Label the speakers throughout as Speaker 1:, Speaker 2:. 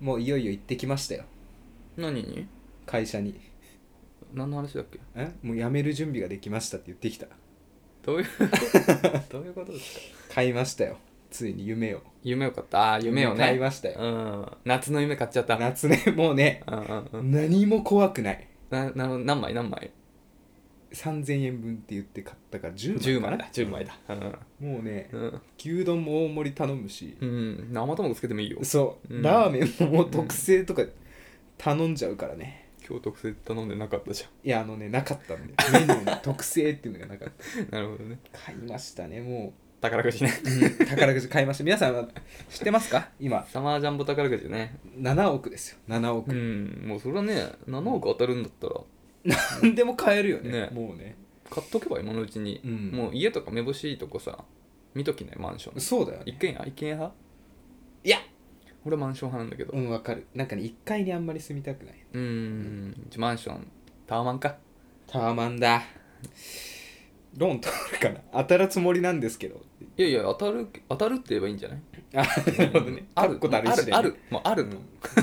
Speaker 1: もういよいよ行ってきましたよ
Speaker 2: 何に
Speaker 1: 会社に
Speaker 2: 何の話だっけ
Speaker 1: えもう辞める準備ができましたって言ってきた
Speaker 2: ど ういうどういうことですか
Speaker 1: 買いましたよついに夢を
Speaker 2: 夢よかったあー夢をね
Speaker 1: 買いましたよ
Speaker 2: うん夏の夢買っちゃったうん
Speaker 1: 夏ねもうね
Speaker 2: うんうん
Speaker 1: 何も怖くない
Speaker 2: ななるほど何枚何枚
Speaker 1: 3000円分って言って買ったから10
Speaker 2: 10
Speaker 1: 枚かな
Speaker 2: 枚だ10枚だ
Speaker 1: もうね
Speaker 2: うん、うん
Speaker 1: 牛丼も大盛り頼むし
Speaker 2: うん、生卵つけてもいいよ
Speaker 1: そう、
Speaker 2: うん
Speaker 1: ラーメンももう特製とか頼んじゃうからね、
Speaker 2: 今日特製頼んでなかったじ
Speaker 1: いやあのねなかったんでメニューに特製っていうのがなかった
Speaker 2: ゃん なるほどね
Speaker 1: 買いましたねも
Speaker 2: 宝くじね
Speaker 1: う、うん宝くじ買いました皆さんは知ってますか今
Speaker 2: サマージャンボ宝くじね
Speaker 1: 7億ですよ7億、
Speaker 2: うんもうそれはね7億当たるんだったら
Speaker 1: 何でも買えるよね
Speaker 2: ね
Speaker 1: もうね
Speaker 2: 買っとけば今のうちに、
Speaker 1: うん
Speaker 2: もう家とか目星とこさ見ときねマンション
Speaker 1: そうだよね
Speaker 2: 一軒家一軒家派
Speaker 1: いや
Speaker 2: 俺はマンション派なんだけど
Speaker 1: うんわかるなんかね1階にあんまり住みたくない
Speaker 2: うんんじゃあマンションタワマンか
Speaker 1: タワマンだローン取るかな当たるつもりなんですけど
Speaker 2: いやいや当たる当たるって言えばいいんじゃない
Speaker 1: あなるほど ね
Speaker 2: あ
Speaker 1: 確固
Speaker 2: る
Speaker 1: たる
Speaker 2: あ
Speaker 1: 意志
Speaker 2: る
Speaker 1: で
Speaker 2: あるもうあるの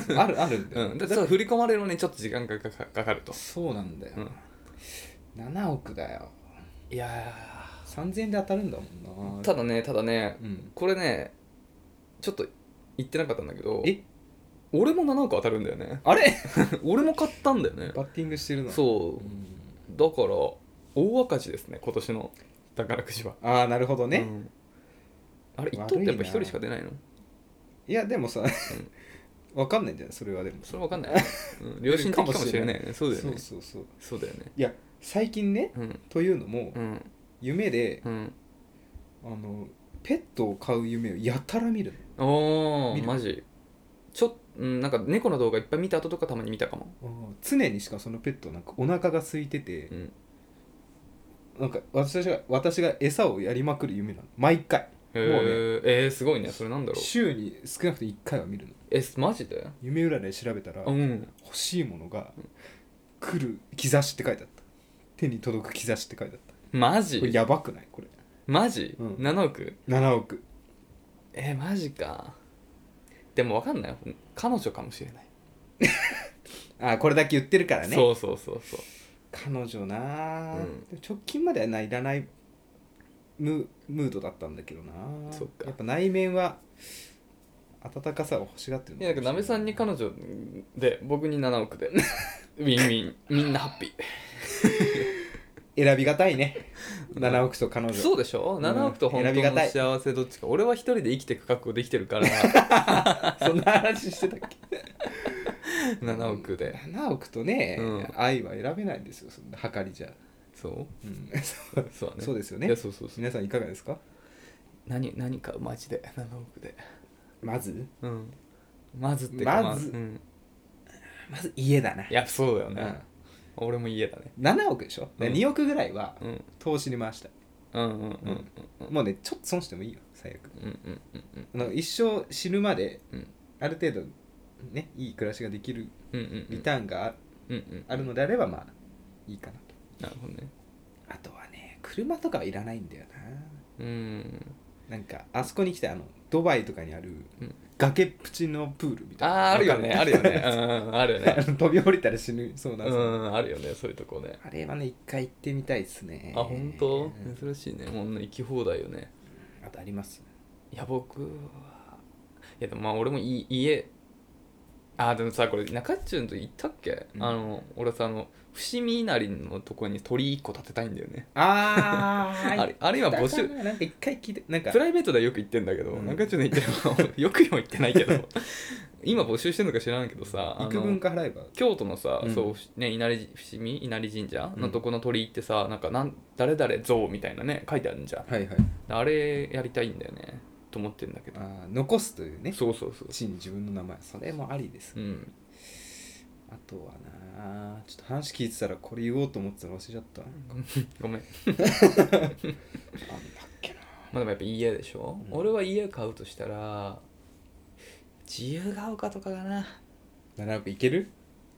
Speaker 1: うんあるあるんだ
Speaker 2: う
Speaker 1: よ、
Speaker 2: ん、だから振り込まれるのにちょっと時間がかかかかると、
Speaker 1: そうなんだよ、
Speaker 2: うん、
Speaker 1: 7億だよ
Speaker 2: いや
Speaker 1: 3000円で当たるんだもん
Speaker 2: ー
Speaker 1: な
Speaker 2: ただねただね
Speaker 1: うん、
Speaker 2: これねちょっと言ってなかったんだけど
Speaker 1: え
Speaker 2: 俺も7億当たるんだよね
Speaker 1: あれ
Speaker 2: 俺も買ったんだよね
Speaker 1: バッティングしてるのう、
Speaker 2: そ
Speaker 1: ん、
Speaker 2: うだから大赤字ですね今年の宝くじは
Speaker 1: ああなるほどね、
Speaker 2: うんあれ1等ってやっぱ1人しか出ないの
Speaker 1: いやでもさ、 わかんないんじゃないそれはでも
Speaker 2: それわかんない、うん、良心的かもしれないよね そうだよ
Speaker 1: そ
Speaker 2: ね
Speaker 1: うそうそう
Speaker 2: そうだよね
Speaker 1: いや最近ね
Speaker 2: うん
Speaker 1: というのも、
Speaker 2: うん
Speaker 1: 夢で
Speaker 2: うん
Speaker 1: あのペットを飼う夢をやたら見る
Speaker 2: お
Speaker 1: 見
Speaker 2: ー
Speaker 1: る
Speaker 2: マジちょっうんなんか猫の動画いっぱい見た後とかたまに見たかも、
Speaker 1: の常にしかもそのペットなんかお腹が空いてて
Speaker 2: う、ん、
Speaker 1: なんか私が私が餌をやりまくる夢なの毎回
Speaker 2: へー
Speaker 1: もう
Speaker 2: えー、すごいねそれなんだろう
Speaker 1: 週に少なくとも1回は見るの
Speaker 2: えマジで
Speaker 1: 夢占い調べたら
Speaker 2: うん
Speaker 1: 欲しいものが来る兆しって書いてあった手に届く兆しって書いてあった
Speaker 2: マ
Speaker 1: これ
Speaker 2: ジ
Speaker 1: やばくないこれ
Speaker 2: マジ、
Speaker 1: うん
Speaker 2: 7億
Speaker 1: 7億
Speaker 2: えー、マジかでもわかんない彼女かもしれない、
Speaker 1: あこれだけ言ってるからね
Speaker 2: そうそうそうそう
Speaker 1: 彼女なあ、
Speaker 2: うん
Speaker 1: でも直近まではないらないムムードだったんだけどなあ
Speaker 2: そっか
Speaker 1: やっぱ内面は温かさを欲しがってる
Speaker 2: いやなんかなべさんに彼女で僕に7億で ウィンウィンみんなハッピ
Speaker 1: 選びがたいね
Speaker 2: うん
Speaker 1: 7億と彼
Speaker 2: ー
Speaker 1: 女
Speaker 2: そうでしょ7億と本当
Speaker 1: 選びがた
Speaker 2: の
Speaker 1: い
Speaker 2: 幸せどっちか俺は一人で生きていく覚悟できて るから
Speaker 1: そんな話してたっけ
Speaker 2: 7億で
Speaker 1: 7億とね、
Speaker 2: うん
Speaker 1: 愛は選べないんですよそんなはかりじゃ、
Speaker 2: そう
Speaker 1: うん、
Speaker 2: そうだね
Speaker 1: そうですよね
Speaker 2: いやそうそうそう
Speaker 1: 皆さんいかがですか
Speaker 2: 何何かマジで7億で
Speaker 1: まず
Speaker 2: うんまずってか
Speaker 1: まず
Speaker 2: うん、
Speaker 1: まず家だない
Speaker 2: やそうだよ
Speaker 1: う
Speaker 2: ね
Speaker 1: ん、
Speaker 2: 俺も家だね
Speaker 1: 7億でしょ、
Speaker 2: うん
Speaker 1: 2億ぐらいは
Speaker 2: うん
Speaker 1: 投資に回したい、
Speaker 2: うんうんうんうん
Speaker 1: もうねちょっと損してもいいよ最悪
Speaker 2: うんうんうんうん
Speaker 1: あの一生死ぬまで
Speaker 2: うん
Speaker 1: ある程度ねいい暮らしができる
Speaker 2: うんうん
Speaker 1: リターンがあ
Speaker 2: うんうん
Speaker 1: あるのであればまあいいかなと
Speaker 2: なるほどね
Speaker 1: あとはね車とかはいらないんだよ
Speaker 2: うん
Speaker 1: ななんかあそこに来てあのドバイとかにある
Speaker 2: うん
Speaker 1: 崖っぷちのプールみ
Speaker 2: あ
Speaker 1: たいな
Speaker 2: ああるよねあ
Speaker 1: わか
Speaker 2: るよ ねうんあるよね
Speaker 1: あの飛び降りたら死ぬそうな
Speaker 2: う
Speaker 1: そうん
Speaker 2: あるよねそういうとこね
Speaker 1: あれはね一回行ってみたいですね
Speaker 2: あ本当
Speaker 1: うん
Speaker 2: 珍しいねもう行き放題よね
Speaker 1: あとあります
Speaker 2: いや僕はいやでもまあ俺もい家あーでもさこれ中っちゅんと言ったっけ、
Speaker 1: うん
Speaker 2: あの俺さあの伏見稲荷のとこに鳥1個建てたいんだよね
Speaker 1: あー
Speaker 2: あれあれ今募集
Speaker 1: だからなんか一回聞いてなんか
Speaker 2: プライベートではよく行ってんだけど、
Speaker 1: うん
Speaker 2: 中っちゅんの言ってるのよくにも行ってない けど今募集してんのか知らんけどさあの
Speaker 1: 幾分か払えば
Speaker 2: 京都のさ、
Speaker 1: うん
Speaker 2: そうね稲荷伏見稲荷神社
Speaker 1: うん
Speaker 2: のとこの鳥居ってさ、なんかなん誰々像みたいなね書いてあるんじゃん
Speaker 1: はいはい
Speaker 2: あれやりたいんだよねと思ってんだけど
Speaker 1: あー残すというね
Speaker 2: そうそうそう
Speaker 1: 地に自分の名前それもありです、
Speaker 2: うん
Speaker 1: あとはなあちょっと話聞いてたらこれ言おうと思ってたら忘れちゃった、
Speaker 2: ごめん
Speaker 1: なんだっけな
Speaker 2: まあでもやっぱ家でしょ、
Speaker 1: うん
Speaker 2: 俺は家買うとしたら自由が丘とかかな
Speaker 1: 7億いける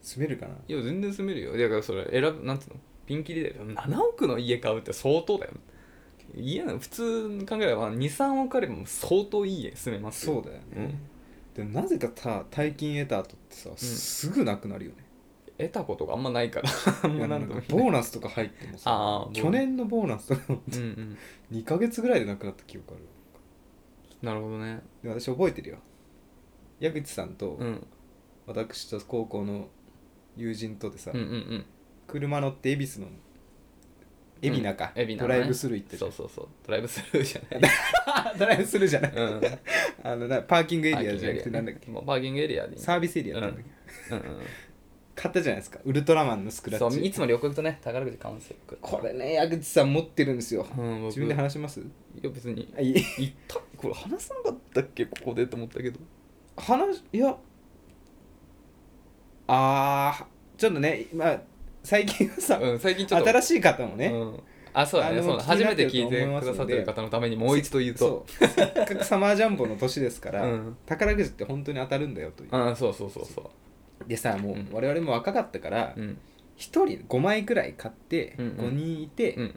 Speaker 1: 住めるかない
Speaker 2: や全然住めるよだからそれ選ぶなんつうのピンキリだよ7億の家買うって相当だよ家の普通に考えれば23億あればもう相当いい家住めますよ
Speaker 1: そうだよね、
Speaker 2: うん
Speaker 1: でもなぜかさ大金得た後ってさ、すぐなくなるよね
Speaker 2: 得たことがあんまないから あん
Speaker 1: い
Speaker 2: ま
Speaker 1: やな
Speaker 2: なん
Speaker 1: ん
Speaker 2: と
Speaker 1: か
Speaker 2: も
Speaker 1: ボ
Speaker 2: 言えない
Speaker 1: ーナスとか入っても
Speaker 2: ああ
Speaker 1: さ
Speaker 2: ボーナス
Speaker 1: 去年のボーナスとかも
Speaker 2: うんうん
Speaker 1: 2ヶ月ぐらいでなくなった記憶ある
Speaker 2: なるほどね
Speaker 1: で私覚えてるよ矢口さんと
Speaker 2: うん
Speaker 1: 私と高校の友人とでさ、
Speaker 2: うんうんうん
Speaker 1: 車乗って恵比寿の海老名か、
Speaker 2: 海
Speaker 1: ド
Speaker 2: 老名のね
Speaker 1: ライブスルー行って
Speaker 2: そう
Speaker 1: る
Speaker 2: そうそうドライブスルーじゃない
Speaker 1: ドライブスルーじゃない
Speaker 2: うん
Speaker 1: あのなパーキングエリアじゃなくてなんだっけ
Speaker 2: まあパーキングエリアでいい
Speaker 1: サービスエリアなんだっけ、
Speaker 2: うんうん
Speaker 1: 買ったじゃないですかウルトラマンのスクラ
Speaker 2: そ
Speaker 1: ッ
Speaker 2: う
Speaker 1: チ
Speaker 2: いつも旅行行くとね宝くじ買うんですよ僕
Speaker 1: これね矢口さん持ってるんですよ、
Speaker 2: うん
Speaker 1: 自
Speaker 2: 僕い
Speaker 1: 分で
Speaker 2: や
Speaker 1: 話します
Speaker 2: 別に
Speaker 1: あいい
Speaker 2: 言ったこれ話さなかったっけここでと思ったけど
Speaker 1: 話いやあーちょっとねまあ最近はさ、
Speaker 2: うん最近ちょっと
Speaker 1: 新しい方もね、
Speaker 2: うんあそうだ
Speaker 1: あ
Speaker 2: ね
Speaker 1: の
Speaker 2: そうだ
Speaker 1: 気に
Speaker 2: 初
Speaker 1: な
Speaker 2: め
Speaker 1: って
Speaker 2: て
Speaker 1: ると
Speaker 2: 聞い
Speaker 1: 思
Speaker 2: て
Speaker 1: います
Speaker 2: くださってる
Speaker 1: ので
Speaker 2: 方のためにもう一度言うと
Speaker 1: そうせっかくサマージャンボの年ですから、
Speaker 2: うん
Speaker 1: 宝くじって本当に当たるんだよという、
Speaker 2: あそうそうそうそ
Speaker 1: でさもう
Speaker 2: うん
Speaker 1: 我々も若かったから、
Speaker 2: ううん
Speaker 1: 一1人5枚くらい買って、
Speaker 2: うんうん
Speaker 1: 5人いて、
Speaker 2: うん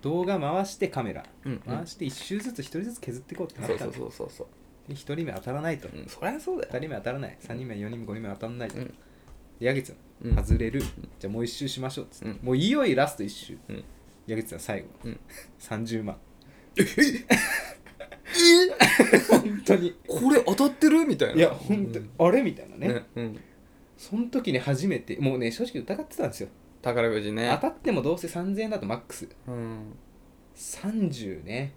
Speaker 1: 動画回してカメラ
Speaker 2: うんうん
Speaker 1: 回して1周ずつ1人ずつ削っていこうってな
Speaker 2: そ
Speaker 1: っ
Speaker 2: う
Speaker 1: た
Speaker 2: そ
Speaker 1: の
Speaker 2: うそうそうそう
Speaker 1: で1人目当たらないと、
Speaker 2: うんそりゃそうだ
Speaker 1: 2
Speaker 2: よ
Speaker 1: 人目当たらない3人目4人目5人目当たらないと、
Speaker 2: う
Speaker 1: で
Speaker 2: ん
Speaker 1: 矢口さ
Speaker 2: うん
Speaker 1: ん外れる、じゃあもう1周しましょうっつって、
Speaker 2: うん
Speaker 1: もういよいよラスト1周、
Speaker 2: うん
Speaker 1: 矢口さん最後、
Speaker 2: うん
Speaker 1: 30万本当に
Speaker 2: これ当たってるみたいない
Speaker 1: いや本当に、あれみたいなね
Speaker 2: ねうん
Speaker 1: その時に初めてもうね正直疑ってたんですよ
Speaker 2: 宝くじ
Speaker 1: 当
Speaker 2: ね
Speaker 1: たってもどうせ3000円だとマックス
Speaker 2: うん
Speaker 1: 30ね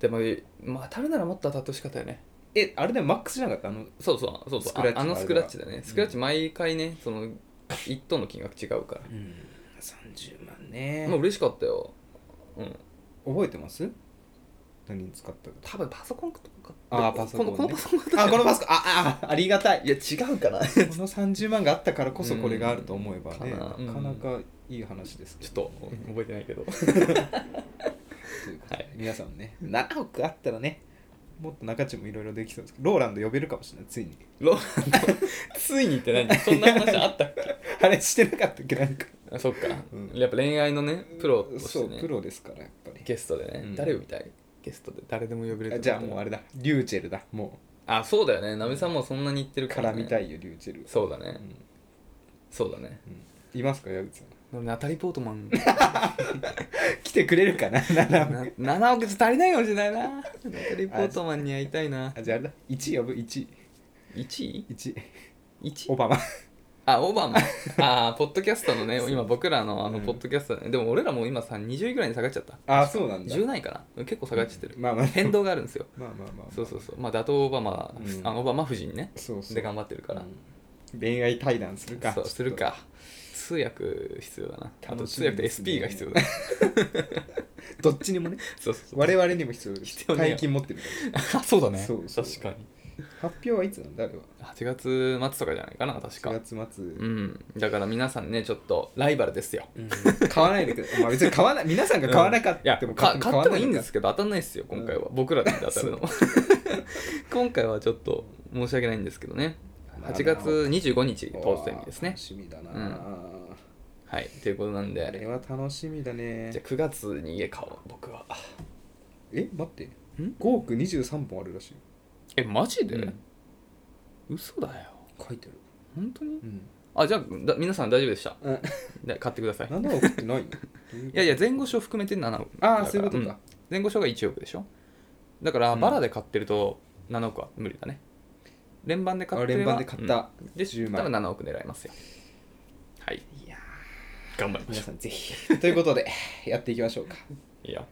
Speaker 2: でもまあ当たるならもっと当たってほしかったよね
Speaker 1: えあれでもマックスじゃなかったあの
Speaker 2: そうそうそうそう
Speaker 1: スクラッ
Speaker 2: あ
Speaker 1: チ
Speaker 2: あのスクラッチだ
Speaker 1: う
Speaker 2: ね
Speaker 1: ん
Speaker 2: スクラッチ毎回ねその1等の金額違うか
Speaker 1: うん30万ね
Speaker 2: らまあ嬉しかったようん
Speaker 1: 覚えてます何に使ったか
Speaker 2: 多分パソコンとか
Speaker 1: あーパソコンね
Speaker 2: このこのパソコンだっ た
Speaker 1: あこのパソコンあ あありがたい
Speaker 2: いや違うかな ち
Speaker 1: この30万があったからこそこれがあると思えばね
Speaker 2: うん
Speaker 1: な
Speaker 2: かな
Speaker 1: かなかいい話ですけ
Speaker 2: ょっ
Speaker 1: ど
Speaker 2: と覚えてないけ ど
Speaker 1: ということで
Speaker 2: は
Speaker 1: 皆さんも ね7億あったらねもっと中地もいろいろできそうですけどローランド呼べるかもしれないついに
Speaker 2: ローランドついにって何そんな話あったっ け
Speaker 1: あれしてなかったっけなんか
Speaker 2: あそっか、
Speaker 1: うん
Speaker 2: やっぱ恋愛のねプロとし
Speaker 1: そ
Speaker 2: て
Speaker 1: う
Speaker 2: ね
Speaker 1: プロですからやっぱり
Speaker 2: ゲストでね、
Speaker 1: うん
Speaker 2: 誰を見たいゲストで誰でも呼べると
Speaker 1: あじゃあもうあれだリューチェルだも
Speaker 2: あそうだよねなべさんもそんなに言ってる
Speaker 1: う
Speaker 2: か、
Speaker 1: からら
Speaker 2: ね、
Speaker 1: みたいよリューチェル
Speaker 2: そうだね、
Speaker 1: うん
Speaker 2: そうだね
Speaker 1: うんいますか矢口さん
Speaker 2: でもナタリーポートマン
Speaker 1: 来てくれるかな
Speaker 2: な7億じゃ足りないかもしれないなナタリーポートマンに会いたいな
Speaker 1: あじゃああれだ1位呼ぶ1
Speaker 2: 1位
Speaker 1: 位1位
Speaker 2: ?1
Speaker 1: オバマ
Speaker 2: あ オバマあーポッドキャストのね今僕らのあの
Speaker 1: うん
Speaker 2: ポッドキャスト、ねでも俺らもう今さ20位ぐらいに下がっちゃった
Speaker 1: あそうなんだ
Speaker 2: 10ないかな結構下がっちゃってる、
Speaker 1: まあまあ
Speaker 2: 変動があるんですよ
Speaker 1: まあまあまあ、まあ、
Speaker 2: そうそうそうまあ打倒オバマ、
Speaker 1: うん
Speaker 2: あオバマ夫人ね
Speaker 1: そうそう
Speaker 2: で頑張ってるから、
Speaker 1: うん恋愛対談するか
Speaker 2: そうするか通訳必要だなあと通訳と SP が必要 だな
Speaker 1: どっちにもね
Speaker 2: そう そうそう
Speaker 1: 我々にも必要です
Speaker 2: 必要ね
Speaker 1: 大金持ってるか
Speaker 2: あそうだね
Speaker 1: そうそう
Speaker 2: 確かに
Speaker 1: ら発表はいつなんだあれは
Speaker 2: 8月末とかじゃないかな確か
Speaker 1: 4月末、
Speaker 2: うんだから皆さんねちょっとライバルですよ
Speaker 1: うん買わないでください、まあ、別に買わない皆さんが買わなかっ
Speaker 2: いや
Speaker 1: た
Speaker 2: か
Speaker 1: も
Speaker 2: 買
Speaker 1: 勝手に
Speaker 2: ってもいいんです
Speaker 1: 買
Speaker 2: けど当たんないですよ今回は、僕らで当たるの 今回はちょっと申し訳ないんですけどね
Speaker 1: まあ
Speaker 2: 8月25日
Speaker 1: わなかった
Speaker 2: 当選日ですね
Speaker 1: 楽しみだな、
Speaker 2: うはいということなん
Speaker 1: あれ
Speaker 2: で
Speaker 1: は楽しみだね
Speaker 2: じゃあ9月に家買おう僕は
Speaker 1: え待って
Speaker 2: ん
Speaker 1: 5億23本あるらしい
Speaker 2: えマジで、
Speaker 1: うん
Speaker 2: 嘘だよ
Speaker 1: 書いてある
Speaker 2: 本当に
Speaker 1: うん
Speaker 2: あじゃあだ皆さん大丈夫でした
Speaker 1: うん
Speaker 2: で買ってください
Speaker 1: 7億ってないの
Speaker 2: いやいや前後賞含めて7億
Speaker 1: ああそういうことか、
Speaker 2: うん前後賞が1億でしょだから
Speaker 1: うん
Speaker 2: バラで買ってると7億は無理だね連番で買
Speaker 1: あ
Speaker 2: って
Speaker 1: 連番で買った、
Speaker 2: うんで
Speaker 1: 10
Speaker 2: 多
Speaker 1: 枚
Speaker 2: 分7億狙いますよはい
Speaker 1: いや
Speaker 2: 頑張り
Speaker 1: ー
Speaker 2: ま
Speaker 1: 皆
Speaker 2: しょ
Speaker 1: さんぜひということでやっていきましょうか
Speaker 2: ういいよ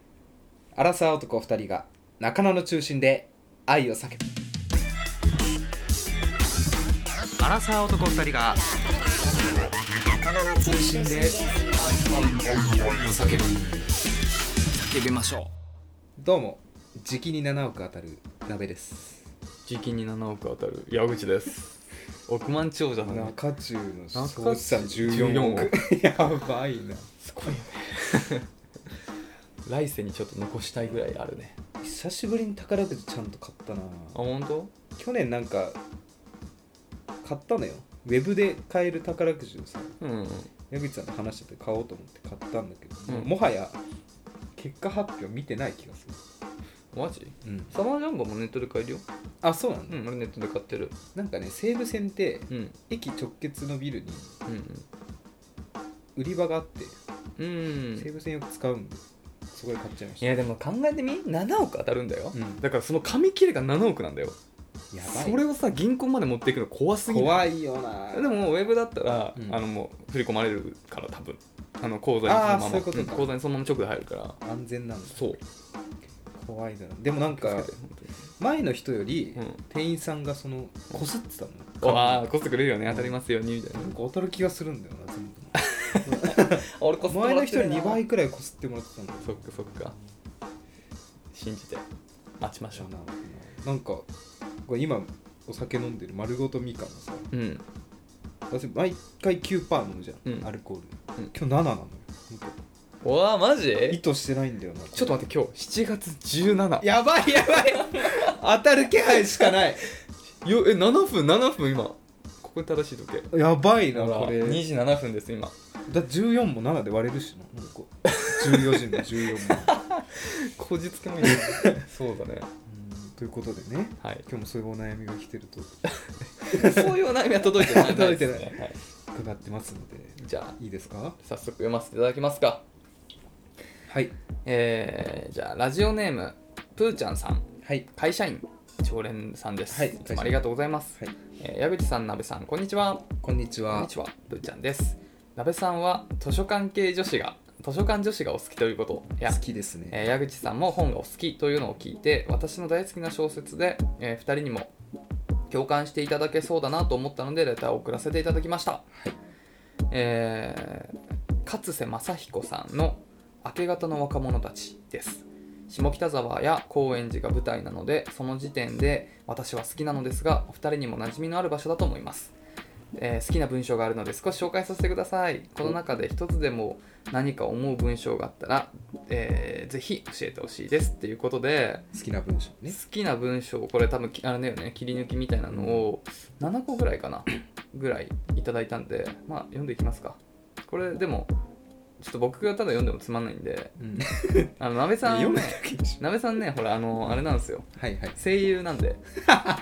Speaker 1: アラサー男2人が中野の中心で愛を叫ぶ
Speaker 2: アラサー男2人が中心で叫ぶ叫びましょう
Speaker 1: どうも時期に7億当たる鍋です
Speaker 2: 時期に7億当たる矢口です 億万長者だね
Speaker 1: 中中の
Speaker 2: 総資産14
Speaker 1: 14
Speaker 2: 億
Speaker 1: 億 やばいな
Speaker 2: すごいよね 来世にちょっと残したいぐらいあるね
Speaker 1: 久しぶりに宝くじちゃんと買ったな
Speaker 2: あ本当
Speaker 1: 去年なんか買ったのよウェブで買える宝くじをさ
Speaker 2: うんうん
Speaker 1: 矢口さんと話してて買おうと思って買ったんだけど、
Speaker 2: うん
Speaker 1: もはや結果発表見てない気がす
Speaker 2: マジ
Speaker 1: る、うん、
Speaker 2: サマージャンボもネットで買えるよ
Speaker 1: あそうなん
Speaker 2: う
Speaker 1: だ、
Speaker 2: ん俺ネットで買ってる
Speaker 1: なんかね西武線って
Speaker 2: うん
Speaker 1: 駅直結のビルに
Speaker 2: うん
Speaker 1: 売り場があって、
Speaker 2: うんうん
Speaker 1: 西武線よく使うんでそこで買っちゃいまし
Speaker 2: い
Speaker 1: た
Speaker 2: やでも考えてみ7億当たるんだよ、
Speaker 1: うん
Speaker 2: だからその紙切れが7億なんだよ
Speaker 1: や
Speaker 2: それをさ銀行まで持っていくの怖すぎない
Speaker 1: 怖いよな
Speaker 2: でもウェブだったら、
Speaker 1: うん
Speaker 2: あのもう振り込まれるから多分あの口座にその
Speaker 1: あー
Speaker 2: まま
Speaker 1: そういうこと
Speaker 2: ん
Speaker 1: か
Speaker 2: 口座にそのまま直で入るから
Speaker 1: 安全なんだ
Speaker 2: そう
Speaker 1: 怖いだろでもなんか
Speaker 2: 気をつけて本
Speaker 1: 前の人より
Speaker 2: 当に
Speaker 1: 店員さんがそのこすってたの
Speaker 2: うんああ
Speaker 1: なんか
Speaker 2: こしてくれるよね当たりますようにみたいな、
Speaker 1: 当たる気がするんだよな全部
Speaker 2: 俺こ
Speaker 1: 前の人より2倍くらいこすってもらってたんだ
Speaker 2: そっかそっか信じて待ちましょう
Speaker 1: なんかこれ今お酒飲んでる丸ごとみかんのさ
Speaker 2: うん
Speaker 1: 私毎回9%飲むじゃん、
Speaker 2: うん
Speaker 1: アルコール、
Speaker 2: うん
Speaker 1: 今日7なのよほんと
Speaker 2: うわあマ
Speaker 1: 意
Speaker 2: ジ
Speaker 1: 図してないんだよな
Speaker 2: ちょっと待って今日7月17
Speaker 1: やばいやばい当たる気配しかない
Speaker 2: よえ7分7分今ここ正しい時計
Speaker 1: やばいな
Speaker 2: ほら
Speaker 1: これ
Speaker 2: 2時7分です今
Speaker 1: だ14も7で割れるしななんか14時も14も
Speaker 2: こじつけもいいね そうだね
Speaker 1: うんということでね
Speaker 2: はい
Speaker 1: 今日もそういうお悩みが来てると
Speaker 2: そういうお悩みは 届いてない
Speaker 1: 届いてない
Speaker 2: ですねはい
Speaker 1: 伺ってますので
Speaker 2: じゃあ
Speaker 1: いいですか
Speaker 2: 早速読ませていただきますか
Speaker 1: はい
Speaker 2: えー、じゃあラジオネームプーちゃんさん
Speaker 1: はい
Speaker 2: 会社員常連さんです、
Speaker 1: はい
Speaker 2: いつもありがとうございます、
Speaker 1: はい
Speaker 2: えー矢口さん、なべさん、こんにちは。
Speaker 1: こんにち
Speaker 2: こん
Speaker 1: は
Speaker 2: にちは、ぶーちゃんです。なべさんは図書館系女子が、図書館女子がお好きということや
Speaker 1: 好、きですね
Speaker 2: えー矢口さんも本がお好きというのを聞いて、私の大好きな小説で、え2人にも共感していただけそうだなと思ったので、レターを送らせていただきました。えー勝瀬正彦さんの「明け方の若者たち」です下北沢や高円寺が舞台なのでその時点で私は好きなのですがお二人にも馴染みのある場所だと思います、えー好きな文章があるので少し紹介させてくださいこの中で一つでも何か思う文章があったら、えーぜひ教えてほしいですっていうことで
Speaker 1: 好きな文章ね
Speaker 2: 好きな文章これ多分きあれだよね切り抜きみたいなのを7個ぐらいかなぐらいいただいたんでまあ読んでいきますかこれでもちょっと僕がただ読んでもつまんないんで
Speaker 1: うん
Speaker 2: あのなべさ
Speaker 1: 読
Speaker 2: ん
Speaker 1: め
Speaker 2: ね
Speaker 1: なきゃいけでし
Speaker 2: なべさんねほらあのあれなんですよ
Speaker 1: ょはいはい
Speaker 2: 声優な んで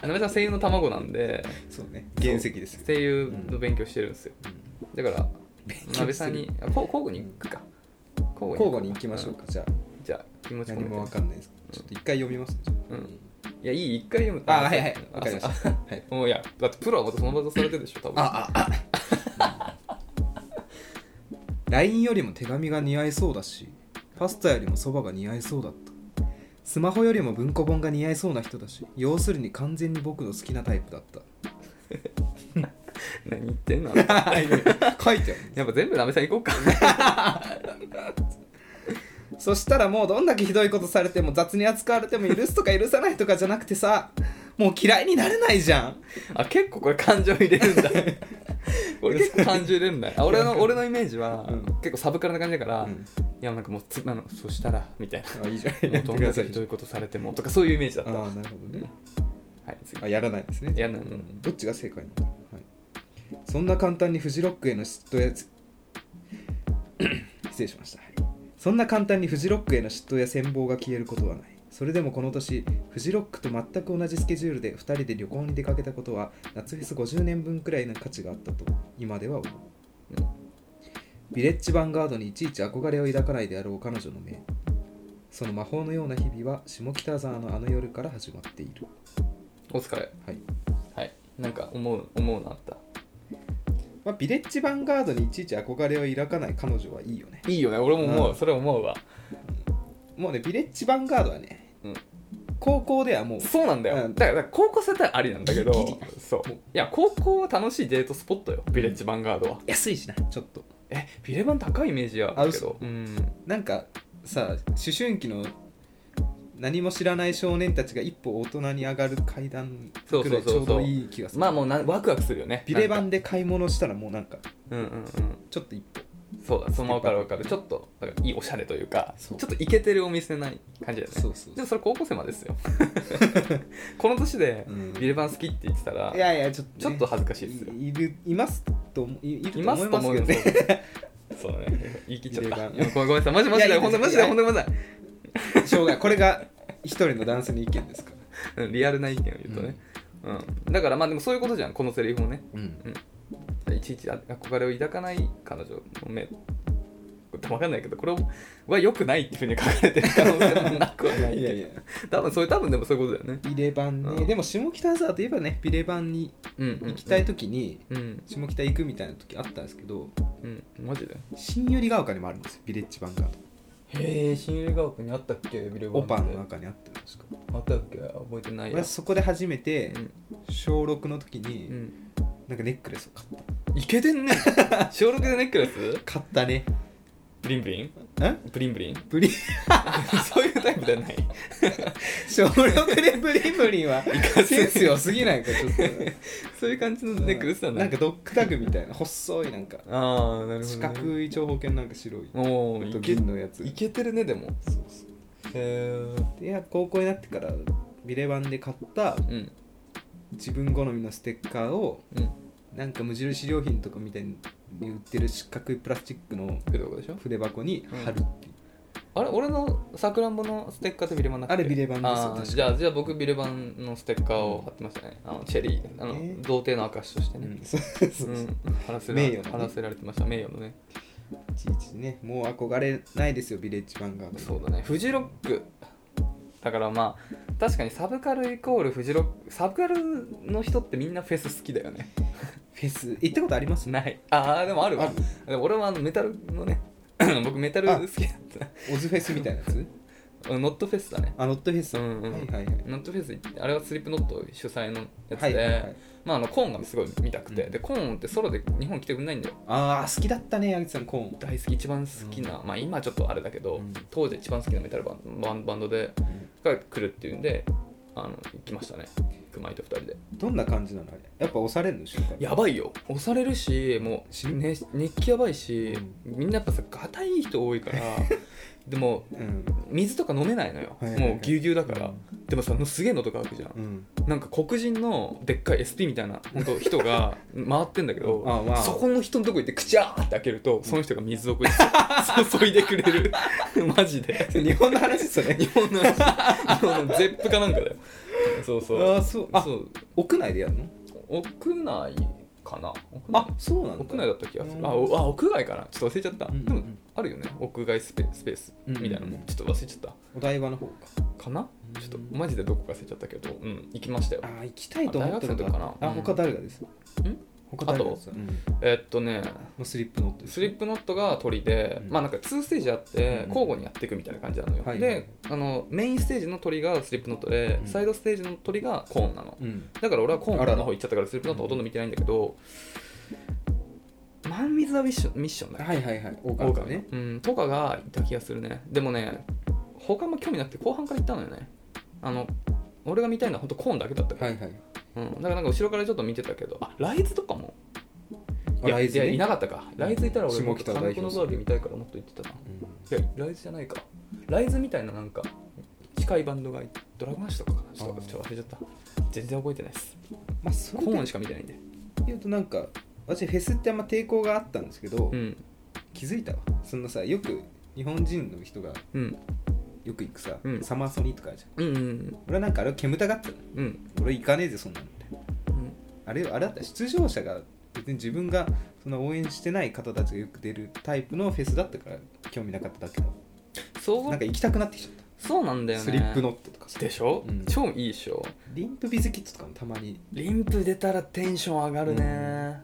Speaker 2: なべさん声優の卵なんで
Speaker 1: そうね原石ですよ
Speaker 2: 声優の勉強してるんですよ
Speaker 1: うん
Speaker 2: だから
Speaker 1: 勉強する
Speaker 2: なべさんにあこう交互に行くか交
Speaker 1: 交互に行きましょうかじゃあ
Speaker 2: うんじゃあ気持ち
Speaker 1: 何も
Speaker 2: 込め
Speaker 1: わ
Speaker 2: て
Speaker 1: かんないですけどちょっと一回読みますねじゃあ
Speaker 2: うんいやいい一回読む
Speaker 1: あはいはいわかりました
Speaker 2: あ
Speaker 1: はい
Speaker 2: もういやだってプロはまたその場でされてるでしょ多分
Speaker 1: あああ LINE よりも手紙が似合いそうだしパスタよりもそばが似合いそうだったスマホよりも文庫本が似合いそうな人だし要するに完全に僕の好きなタイプだっ
Speaker 2: 何言ってん のやった
Speaker 1: 書いてある
Speaker 2: ぱ全部なべさん行こうか
Speaker 1: そしたらもうどんだけひどいことされても雑に扱われても許すとか許さないとかじゃなくてさもう嫌いになれないじゃん
Speaker 2: あ結構これ感情入れるん だ俺結構感情入れるんだあ俺の俺のイメージは、
Speaker 1: うん
Speaker 2: 結構サブカルな感じだから、
Speaker 1: う
Speaker 2: い
Speaker 1: ん
Speaker 2: やなんかもうつあのそしたらみたいな
Speaker 1: あいいじゃん
Speaker 2: もうどんだけひどいことされてもとかそういうイメージだっ
Speaker 1: あ
Speaker 2: た
Speaker 1: あ
Speaker 2: は
Speaker 1: なるほどね
Speaker 2: い次
Speaker 1: あやらないですね
Speaker 2: やらない
Speaker 1: うんどっちが正解なの、はい、そんな簡単にフジロックへの嫉妬や 失礼しました、はいそんな簡単にフジロックへの嫉妬や羨望が消えることはないそれでもこの年フジロックと全く同じスケジュールで2人で旅行に出かけたことは夏フェス50年分くらいの価値があったと今では思う
Speaker 2: うん
Speaker 1: ヴィレッジヴァンガードにいちいち憧れを抱かないであろう彼女の目その魔法のような日々は下北沢のあの夜から始まっている
Speaker 2: お疲れ
Speaker 1: はい
Speaker 2: はいなんか思う思うのあった
Speaker 1: まあ、ビレッジヴァンガードにいちいち憧れを抱かない彼女はいいよね
Speaker 2: いいよね俺も思う、
Speaker 1: うん
Speaker 2: それ思うわ、
Speaker 1: もうねビレッジヴァンガードはね
Speaker 2: うん、
Speaker 1: 高校ではもう
Speaker 2: そうなんだよ、
Speaker 1: うん
Speaker 2: だからだから高校生だったらありなんだけど
Speaker 1: ギリギ
Speaker 2: そういや高校は楽しいデートスポットよヴィレッジヴァンガードは
Speaker 1: 安いしなちょっと
Speaker 2: えビレバン高いイメージや
Speaker 1: あ
Speaker 2: け
Speaker 1: 嘘
Speaker 2: どうん
Speaker 1: なんかさ思春期の何も知らない少年たちが一歩大人に上がる階段
Speaker 2: そう
Speaker 1: く
Speaker 2: そ
Speaker 1: ら
Speaker 2: う
Speaker 1: いち
Speaker 2: そうそ
Speaker 1: ょうど
Speaker 2: う
Speaker 1: いい気がする
Speaker 2: まあもうなワクワクするよね
Speaker 1: ビレバ
Speaker 2: なん
Speaker 1: ン
Speaker 2: か
Speaker 1: で買い物したらもうなんか
Speaker 2: うんうんうん
Speaker 1: ちょっと一歩
Speaker 2: そうだそのまま分かる分かるちょっとだからいいおしゃれというかち
Speaker 1: そ
Speaker 2: ょ
Speaker 1: う
Speaker 2: っとイケてるお店ない感じだよね
Speaker 1: そうそう
Speaker 2: でもそれ高校生ま でですよこの年で
Speaker 1: うん
Speaker 2: ビレバン好きって言ってたら
Speaker 1: いやいやちょっと、ね、
Speaker 2: ちょっと恥ずかしいですよ
Speaker 1: いいるいますと思いいると思
Speaker 2: い
Speaker 1: い
Speaker 2: ま
Speaker 1: ますす
Speaker 2: と思う
Speaker 1: け
Speaker 2: よ
Speaker 1: どね
Speaker 2: そうだね言い切っちゃったい
Speaker 1: ビレ
Speaker 2: や
Speaker 1: バン
Speaker 2: ごめんごめんなさいマジマジ
Speaker 1: い
Speaker 2: で
Speaker 1: や
Speaker 2: ほんとマジで
Speaker 1: いや
Speaker 2: ほんとごめんなさい
Speaker 1: しょうがないこれが一人の男性の意見ですから
Speaker 2: うんリアルな意見を言うとね、うんだからまあでもそういうことじゃんこのセリフもね
Speaker 1: うん
Speaker 2: いちいち憧れを抱かない彼女の目これ分かんないけどこれは良くないっていうふうに書かれてる可能性もなくはない
Speaker 1: いやいや
Speaker 2: 多分それ多分でもそういうことだよね
Speaker 1: ビレバンね、
Speaker 2: うん
Speaker 1: でも下北沢といえばねビレバンに
Speaker 2: うんうん
Speaker 1: 行きたい時に
Speaker 2: うん
Speaker 1: 下北行くみたいな時あったんですけど
Speaker 2: うんマジで
Speaker 1: 新百合ヶ丘にもあるんですよビレッジバンが
Speaker 2: へえ新百合ヶ丘にあったっけビル
Speaker 1: オパンの中にあったんですか
Speaker 2: あったっけ覚えてないや
Speaker 1: 私そこで初めて
Speaker 2: うん
Speaker 1: 小6の時
Speaker 2: う
Speaker 1: に
Speaker 2: ん
Speaker 1: なんかネックレスを買っ
Speaker 2: いけて んね小6でネックレス
Speaker 1: た買ったね
Speaker 2: ブリンブリン
Speaker 1: ん
Speaker 2: ブリンブ リン
Speaker 1: ブリン
Speaker 2: そういうタイプじゃない
Speaker 1: 小6でブリンブリンは
Speaker 2: かす
Speaker 1: センス良すぎないかちょっと
Speaker 2: そういう感じの ネックレスだね
Speaker 1: なんかドッグタグみたいな細いなんか
Speaker 2: ああなるほど、ね、
Speaker 1: 四角い長方形のなんか白い
Speaker 2: おおい
Speaker 1: と
Speaker 2: け
Speaker 1: 銀のやつ
Speaker 2: いけてるねでも
Speaker 1: そうそう
Speaker 2: へ
Speaker 1: でいや高校になってからビレバンで買った
Speaker 2: えうん
Speaker 1: 自分好みのステッカーを
Speaker 2: うん
Speaker 1: なんか無印良品とかみたいに売ってる四角いプラスチックの
Speaker 2: ってことでしょ
Speaker 1: 筆箱に貼るっていう、
Speaker 2: あれ俺のさくらんぼのステッカーってビレバンなくて
Speaker 1: あれビレバンですよ
Speaker 2: あー
Speaker 1: 確か
Speaker 2: じゃあじゃあ僕ビレバンのステッカーを貼ってましたねあのチェリーあの、
Speaker 1: ね
Speaker 2: 童貞の証としてね、、
Speaker 1: うんそうそうそううん
Speaker 2: 貼らせら
Speaker 1: 名誉
Speaker 2: れ、
Speaker 1: のね
Speaker 2: 貼らせられてました名誉のね
Speaker 1: いちいちねもう憧れないですよビレッジヴァンガード
Speaker 2: そうだねフジロックだからまあ確かにサブカルイコールフジロックサブカルの人ってみんなフェス好きだよね
Speaker 1: フェス行ったことあります
Speaker 2: ないああでもあるわ
Speaker 1: あ
Speaker 2: でも俺はあのメタルの ね僕メタル好きだっ
Speaker 1: オズフェスみたいなやつ
Speaker 2: たノットフェスだね
Speaker 1: あノットフェス、
Speaker 2: うんうん
Speaker 1: はいはいはい
Speaker 2: ノットフェス行ってあれはスリップノット主催のやつで、
Speaker 1: はいはいはい
Speaker 2: まあ、あのコーンがすごい見たくて、
Speaker 1: うん
Speaker 2: でコーンってソロで日本来てくんないんだよ
Speaker 1: あー好きだったね矢口さんコーン
Speaker 2: 大好き一番好きな、まあ今ちょっとあれだけど、
Speaker 1: うん
Speaker 2: 当時一番好きなメタルバンバンバンドでが来るっていうんであの行きましたね熊井と二人で
Speaker 1: どんな感じなのあれやっぱ押されるの瞬間
Speaker 2: やばいよ押されるしも
Speaker 1: し
Speaker 2: う、ね、熱気やばいし、みんなやっぱさガタイいい人多いからでも
Speaker 1: うん
Speaker 2: 水とか飲めないのよ、
Speaker 1: はいはいはい
Speaker 2: もうぎゅうぎゅうだから、でもさすげえのとかくじゃん
Speaker 1: うん
Speaker 2: なんか黒人のでっかい SP みたいな本当人が 回ってんだけど
Speaker 1: あわあ
Speaker 2: そこの人のとこ行って口あーって開けるとその人が水をこうやって注いでくれ るマジで
Speaker 1: 日本の話それ
Speaker 2: 日本の日本のゼップかなんかだよそう
Speaker 1: あ
Speaker 2: そう
Speaker 1: ーそうあ
Speaker 2: そう
Speaker 1: 屋内でやるの
Speaker 2: 屋内かな屋内
Speaker 1: あそうなんだ
Speaker 2: 屋内だった気がす
Speaker 1: うん
Speaker 2: るあおあ屋外かなちょっと忘れちゃった、
Speaker 1: うんうんうん
Speaker 2: でもあるよね屋外スペスペースみたいなの
Speaker 1: うんうん
Speaker 2: も
Speaker 1: うん
Speaker 2: ちょっと忘れちゃった
Speaker 1: お台場の方か
Speaker 2: かな
Speaker 1: うん
Speaker 2: ちょっとマジでどこか忘れちゃったけどうん行きましたよ
Speaker 1: あー行きたいと思ったの
Speaker 2: あ大学生の時かな
Speaker 1: あ
Speaker 2: うん
Speaker 1: 他誰がです他誰がです
Speaker 2: あ
Speaker 1: うんも
Speaker 2: えっとね
Speaker 1: うスリップ乗って
Speaker 2: スリップノットが鳥で、
Speaker 1: うん
Speaker 2: まあなんか2ステージあって
Speaker 1: うん
Speaker 2: 交互にやっていくみたいな感じなのよ、
Speaker 1: はい
Speaker 2: であのメインステージの鳥がスリップノットで、
Speaker 1: うん
Speaker 2: サイドステージの鳥がコーンなの
Speaker 1: うん
Speaker 2: だから俺はコー
Speaker 1: あ
Speaker 2: ン
Speaker 1: らら
Speaker 2: の方行っちゃったからスリップノットほとんど見てないんだけどマン・ウィズ・ア・ミッションミッションだよ
Speaker 1: はいはいはい大
Speaker 2: オオカ
Speaker 1: 川
Speaker 2: ミ
Speaker 1: ね
Speaker 2: うんとかがいた気がするねでもね他も興味なくて後半から行ったのよねあの俺が見たいのは本当コーンだけだったか
Speaker 1: は
Speaker 2: ら、
Speaker 1: いはい
Speaker 2: うん、だからなんか後ろからちょっと見てたけどあライズとかもいや
Speaker 1: ライズね
Speaker 2: いやいなかったかライズいたら俺もっと
Speaker 1: 下北代表
Speaker 2: 金子のゾービ見たいからもっと言ってたないやライズじゃないかライズみたいななんか近いバンドがいドラゴンアッシュとかかなちょっ
Speaker 1: あ
Speaker 2: と
Speaker 1: ー
Speaker 2: ちょっと忘れちゃった全然覚えてないです
Speaker 1: まあそ
Speaker 2: コー
Speaker 1: れ
Speaker 2: ン
Speaker 1: で
Speaker 2: しか見てないんで
Speaker 1: 言うとなんか私フェスってあんま抵抗があったんですけど
Speaker 2: うん
Speaker 1: 気づいたわそのさよく日本人の人が
Speaker 2: うん
Speaker 1: よく行くさ
Speaker 2: うん
Speaker 1: サマーソニーとかあるじゃん
Speaker 2: うんうん
Speaker 1: 俺はなんかあれを煙たがったの
Speaker 2: うんうん
Speaker 1: 俺行かねえぜそんなのって
Speaker 2: うん
Speaker 1: あれあれだった出場者が別に自分がそんな応援してない方たちがよく出るタイプのフェスだったから興味なかっただけだ
Speaker 2: そ
Speaker 1: なん
Speaker 2: う
Speaker 1: か行きたくなってきちゃっ
Speaker 2: そうなんだ
Speaker 1: た、
Speaker 2: よね
Speaker 1: スリップノットとかさ
Speaker 2: でしょ、
Speaker 1: うん
Speaker 2: 超いいでしょ
Speaker 1: リンプビズキットとかもたまに
Speaker 2: リンプ出たらテンション上がるね、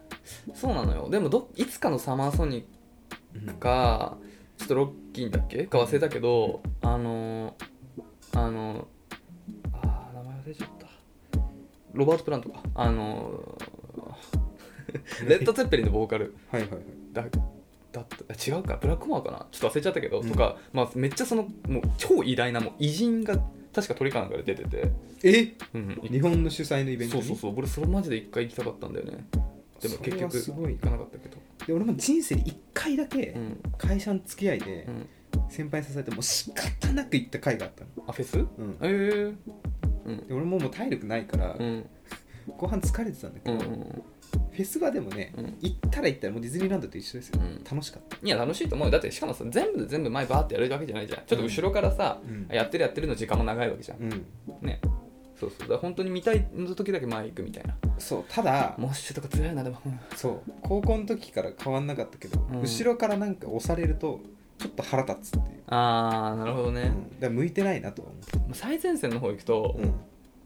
Speaker 2: そうなのよでもどいつかのサマーソニック
Speaker 1: なんか
Speaker 2: かちょっとロッキーだっけか忘れたけどあのーあのーあー名前忘れちゃったロバート・プラントかあのーレッド・ツェッペリンのボーカル
Speaker 1: はいはいはい
Speaker 2: だだった違うかブラックモアかなちょっと忘れちゃったけど、
Speaker 1: うん
Speaker 2: とか、まあ、めっちゃそのもう超偉大なもう偉人が確か鳥かなんかで出てて、
Speaker 1: え
Speaker 2: うん、
Speaker 1: 日本の主催のイベント
Speaker 2: そう
Speaker 1: に
Speaker 2: そうそう俺それマジで一回行きたかったんだよねでも
Speaker 1: それ
Speaker 2: 結
Speaker 1: は
Speaker 2: 局
Speaker 1: すごい
Speaker 2: 行かなかったけど
Speaker 1: で俺も人生で1回だけ
Speaker 2: うん
Speaker 1: 会社の付き合いで
Speaker 2: うん
Speaker 1: 先輩に支えてもう仕方なく行った回があったの、
Speaker 2: あフェス
Speaker 1: うん、
Speaker 2: ええ
Speaker 1: で
Speaker 2: うん
Speaker 1: 俺ももう体力ないから
Speaker 2: うん
Speaker 1: 後半疲れてたんだけ
Speaker 2: う
Speaker 1: ど、
Speaker 2: んう
Speaker 1: フ
Speaker 2: ん
Speaker 1: ェスはでもね、
Speaker 2: うん
Speaker 1: 行ったら行ったらもうディズニーランドと一緒ですよ、
Speaker 2: うん
Speaker 1: 楽しかった、
Speaker 2: いや楽しいと思うよだってしかもさ全部で全部前バーってやるわけじゃないじゃんちょっと後ろからさ、
Speaker 1: うん
Speaker 2: やってるやってるの時間も長いわけじゃん
Speaker 1: うん、
Speaker 2: ねそうそうだから本当に見たいの時だけ前行くみたいな
Speaker 1: そうただ
Speaker 2: モッシュとか辛いなでもうん
Speaker 1: そう高校の時から変わんなかったけど、
Speaker 2: うん
Speaker 1: 後ろからなんか押されるとちょっと腹立つっていう、
Speaker 2: ああなるほどね、
Speaker 1: うんだから向いてないなとは思
Speaker 2: もう最前線の方行くと
Speaker 1: う、、うん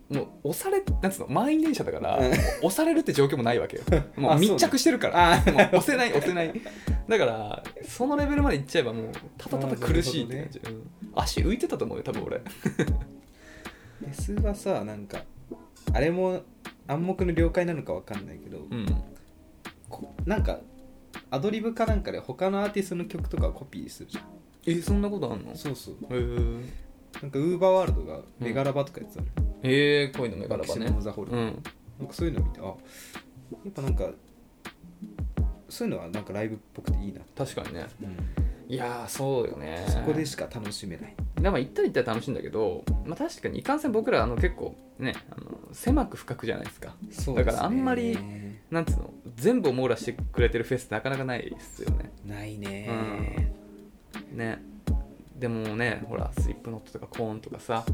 Speaker 2: もう押されなんつうの満員電車だから、
Speaker 1: うん
Speaker 2: 押されるって状況もないわけよ も
Speaker 1: あ
Speaker 2: う
Speaker 1: そう
Speaker 2: 密着してるから
Speaker 1: あー
Speaker 2: もう押せない押せないだからそのレベルまで行っちゃえばもうただただ苦しいって感じ、うん足浮いてたと思うよ多分俺
Speaker 1: フェスはさなんかあれも暗黙の了解なのかわかんないけど、
Speaker 2: うん
Speaker 1: こなんかアドリブかなんかで他のアーティストの曲とかをコピーするじゃん
Speaker 2: えそんなことあんの
Speaker 1: そうそう
Speaker 2: へー
Speaker 1: なんかウーバーワールドがメガラバとかやってたの、
Speaker 2: えー、恋の目からば
Speaker 1: シ
Speaker 2: ね
Speaker 1: ネマザホール
Speaker 2: うん
Speaker 1: なんかそういうの見てあやっぱなんかそういうのはなんかライブっぽくていいな、
Speaker 2: 確かにね
Speaker 1: うん
Speaker 2: いやーそうよね
Speaker 1: そこでしか楽しめない
Speaker 2: でも行ったら行ったら楽しいんだけど、まあ、確かにいかんせん僕らあの結構ねあの狭く深くじゃないですか
Speaker 1: そう
Speaker 2: ですねだからあんまりなんつうの全部を網羅してくれてるフェスなかなかないですよね
Speaker 1: ないね、
Speaker 2: ねでもねほらスリップノットとかコーンとかさ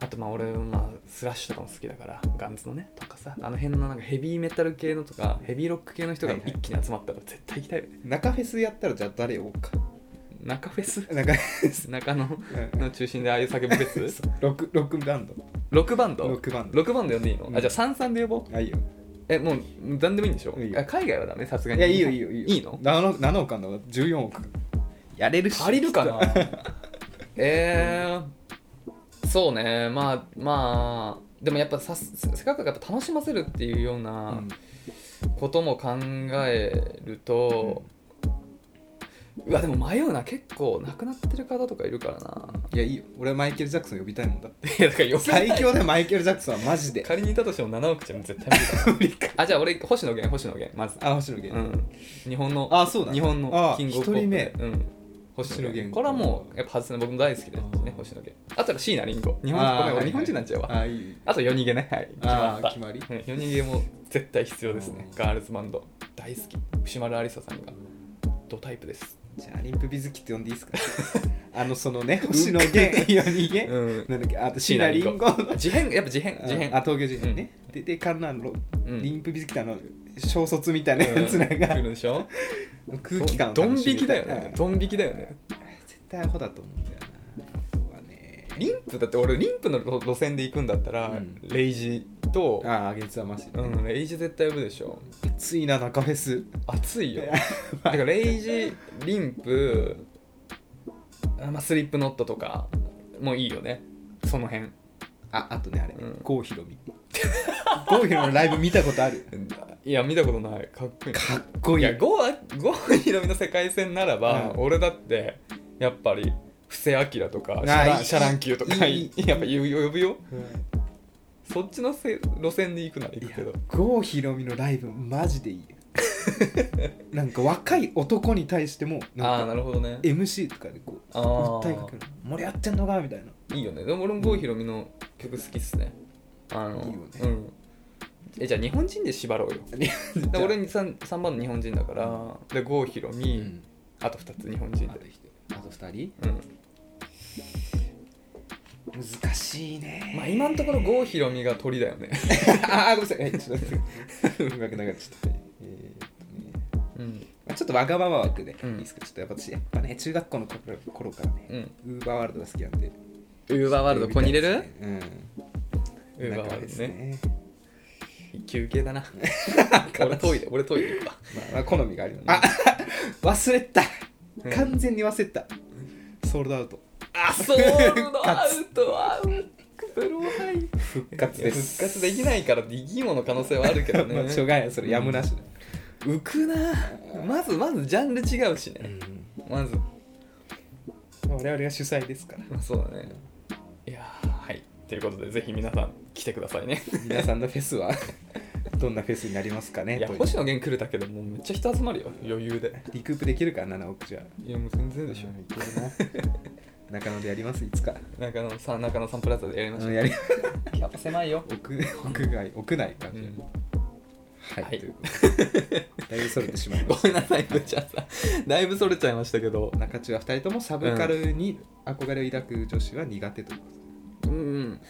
Speaker 2: あとまあ俺、まあ、スラッシュとかも好きだからガンズのねとかさあの辺のなんかヘビーメタル系のとかヘビーロック系の人が
Speaker 1: はいはい
Speaker 2: 一気に集まったら絶対行きたいよね、
Speaker 1: 中フェスやったらじゃあ誰をか
Speaker 2: 中フェス
Speaker 1: 中
Speaker 2: 中野の中心でああいう叫ぶフェス
Speaker 1: ロックロックバンド
Speaker 2: ロックバンド
Speaker 1: ロックバンド
Speaker 2: ロックバンド呼んでいいの、
Speaker 1: うん
Speaker 2: あじゃあ三々で呼ぼう
Speaker 1: あいいよ
Speaker 2: えもう何でもいいんでしょ
Speaker 1: いいよ
Speaker 2: あ海外はダメさすが
Speaker 1: い
Speaker 2: に
Speaker 1: やいいよいいよいいよ
Speaker 2: いいの
Speaker 1: 7, 7億あんだ14億やれるし
Speaker 2: 足りるかなえー、そうねまあまあでもやっぱさすせっかくやっぱ楽しませるっていうよう
Speaker 1: う
Speaker 2: なんことも考えると、うわでも迷うな結構亡くなってる方とかいるからな
Speaker 1: いやいいよ俺はマイケル・ジャクソン呼びたいもんだって
Speaker 2: いやだからよ
Speaker 1: 最強だよマイケル・ジャクソンはマジ で
Speaker 2: 仮にいたとしても7億じゃ絶対無理だ あじゃあ俺星野源星野源まず、
Speaker 1: あ星野源、
Speaker 2: うん、日本の
Speaker 1: あそうだ
Speaker 2: 日本の
Speaker 1: あ
Speaker 2: キングオブ
Speaker 1: 一人目
Speaker 2: ポップでうん、星
Speaker 1: 星野
Speaker 2: 野源
Speaker 1: 源
Speaker 2: これはもうやっぱ外せない僕も大好きですね
Speaker 1: あー
Speaker 2: 星野源あとは椎名林檎日本
Speaker 1: あー
Speaker 2: ごめん
Speaker 1: はいはい
Speaker 2: 俺日本人になっちゃうわ
Speaker 1: あいい
Speaker 2: あと夜逃げねはい決ま
Speaker 1: あ
Speaker 2: っ
Speaker 1: ー
Speaker 2: た
Speaker 1: 決まり
Speaker 2: うん夜逃げも絶対必要ですね
Speaker 1: うん
Speaker 2: ガールズバンド大好き牛丸ありささんがドタイプです
Speaker 1: じゃあリンプビズキって呼んでいいですかあのそのね 星野源4人
Speaker 2: う
Speaker 1: ね
Speaker 2: ん
Speaker 1: なんだっけあとシナリンゴ
Speaker 2: 自変やっぱ自変自変
Speaker 1: あ東京事変ね、でで観覧ロ
Speaker 2: うん
Speaker 1: リンプビズキってあの小卒みたいなやつらが
Speaker 2: 来、るでしょ
Speaker 1: 空気感を
Speaker 2: ドン
Speaker 1: 楽し
Speaker 2: 引
Speaker 1: み
Speaker 2: き
Speaker 1: た
Speaker 2: だ
Speaker 1: い
Speaker 2: よねドン引きだよね
Speaker 1: 絶対アホだと思うんだよなそうはね
Speaker 2: リンプだって俺リンプの路路線で行くんだったら、
Speaker 1: うん
Speaker 2: レイジと
Speaker 1: ああ月はマジで、
Speaker 2: うん、レイジ絶対呼ぶでしょ
Speaker 1: ついな中フェス
Speaker 2: 熱いよ だからレイジリンプあまあスリップノットとかもいいよねその辺
Speaker 1: ああとねあれ、
Speaker 2: うん
Speaker 1: 郷ひろみ 郷ひろみのライブ見たことある
Speaker 2: いや見たことないかっこいい
Speaker 1: かっこ
Speaker 2: い
Speaker 1: いい
Speaker 2: やゴーゴーヒロミの世界線ならば、
Speaker 1: うん
Speaker 2: 俺だってやっぱり布施明とかシャ
Speaker 1: あ
Speaker 2: ラ
Speaker 1: い
Speaker 2: ン
Speaker 1: い
Speaker 2: シャラン級とか
Speaker 1: いい
Speaker 2: やっぱ呼ぶよ
Speaker 1: うん
Speaker 2: そっちのせ路線で行くなら行
Speaker 1: い
Speaker 2: く
Speaker 1: や
Speaker 2: けど
Speaker 1: 郷ひろみのライブマジでいいよなんか若い男に対しても
Speaker 2: ああ
Speaker 1: な
Speaker 2: ー
Speaker 1: んか
Speaker 2: なるほどね
Speaker 1: MC とかでこう
Speaker 2: あー
Speaker 1: 訴えかける盛り上がってんのかみたいない
Speaker 2: いよねでも俺も郷ひろみの曲好きっすねあの
Speaker 1: いいよね
Speaker 2: うん、えじゃあ日本人で 縛ろうよで俺、に 3, 三番の日本人だからで郷ひろみ、
Speaker 1: うん
Speaker 2: あと2つ日本人
Speaker 1: あ
Speaker 2: で
Speaker 1: と、一人あと二人
Speaker 2: うん
Speaker 1: 難しいね
Speaker 2: まあ、今のところ郷ひろみが鳥だよね、
Speaker 1: ああごめんなさいはいちょっと待っ てうまくなかったちょっとえーっとね
Speaker 2: うん
Speaker 1: まあちょっとわがまま枠で、
Speaker 2: うん
Speaker 1: いいですかちょっとやっぱ私やっぱね中学校の頃頃からね、
Speaker 2: うん、
Speaker 1: ウーバーワールドが好きなんで
Speaker 2: ウーバーワールドここに入れる、ウ
Speaker 1: うん
Speaker 2: ーバー
Speaker 1: 中
Speaker 2: ワー
Speaker 1: で
Speaker 2: ル
Speaker 1: す
Speaker 2: ドね
Speaker 1: ね
Speaker 2: 休憩だ な俺トイレ俺トイレ行くわ
Speaker 1: まあ、まあ好みがあるよねあ忘れた
Speaker 2: うん
Speaker 1: 完全に忘れた、ソールドアウト
Speaker 2: あソール ドアウトはプロハイ
Speaker 1: 復活
Speaker 2: 復
Speaker 1: です
Speaker 2: 活できないからできもの可能性はあるけど ね、
Speaker 1: まあしょうがないそれやむなしだ、
Speaker 2: 浮くなまずまずジャンル違うしね、まず
Speaker 1: まあ我々が主催ですから
Speaker 2: まあそうだねいやーはいということでぜひ皆さん来てくださいね
Speaker 1: 皆さんのフェス はどんなフェスになりますかね
Speaker 2: いや
Speaker 1: という
Speaker 2: 星野源来るだけでもうめっちゃ人集まるよ余裕で
Speaker 1: リクープできるか7億じゃ
Speaker 2: いやもう全然
Speaker 1: で
Speaker 2: でしょ、
Speaker 1: いけるな 中野でやりますいつか
Speaker 2: 中野さん中野サンプラザでやりまし
Speaker 1: う
Speaker 2: ょ
Speaker 1: ん
Speaker 2: う
Speaker 1: やり
Speaker 2: やっぱ狭いよ、
Speaker 1: 屋屋 外屋内か、
Speaker 2: う
Speaker 1: じゃ
Speaker 2: ん
Speaker 1: あ
Speaker 2: は
Speaker 1: はいい、ということでだいぶそれてしまいま
Speaker 2: ご
Speaker 1: し
Speaker 2: めんなさいぶっちゃんさんだいぶそれちゃいましたけど
Speaker 1: た中中は2人ともサブカルに憧れを抱く女子は苦手というこ
Speaker 2: うん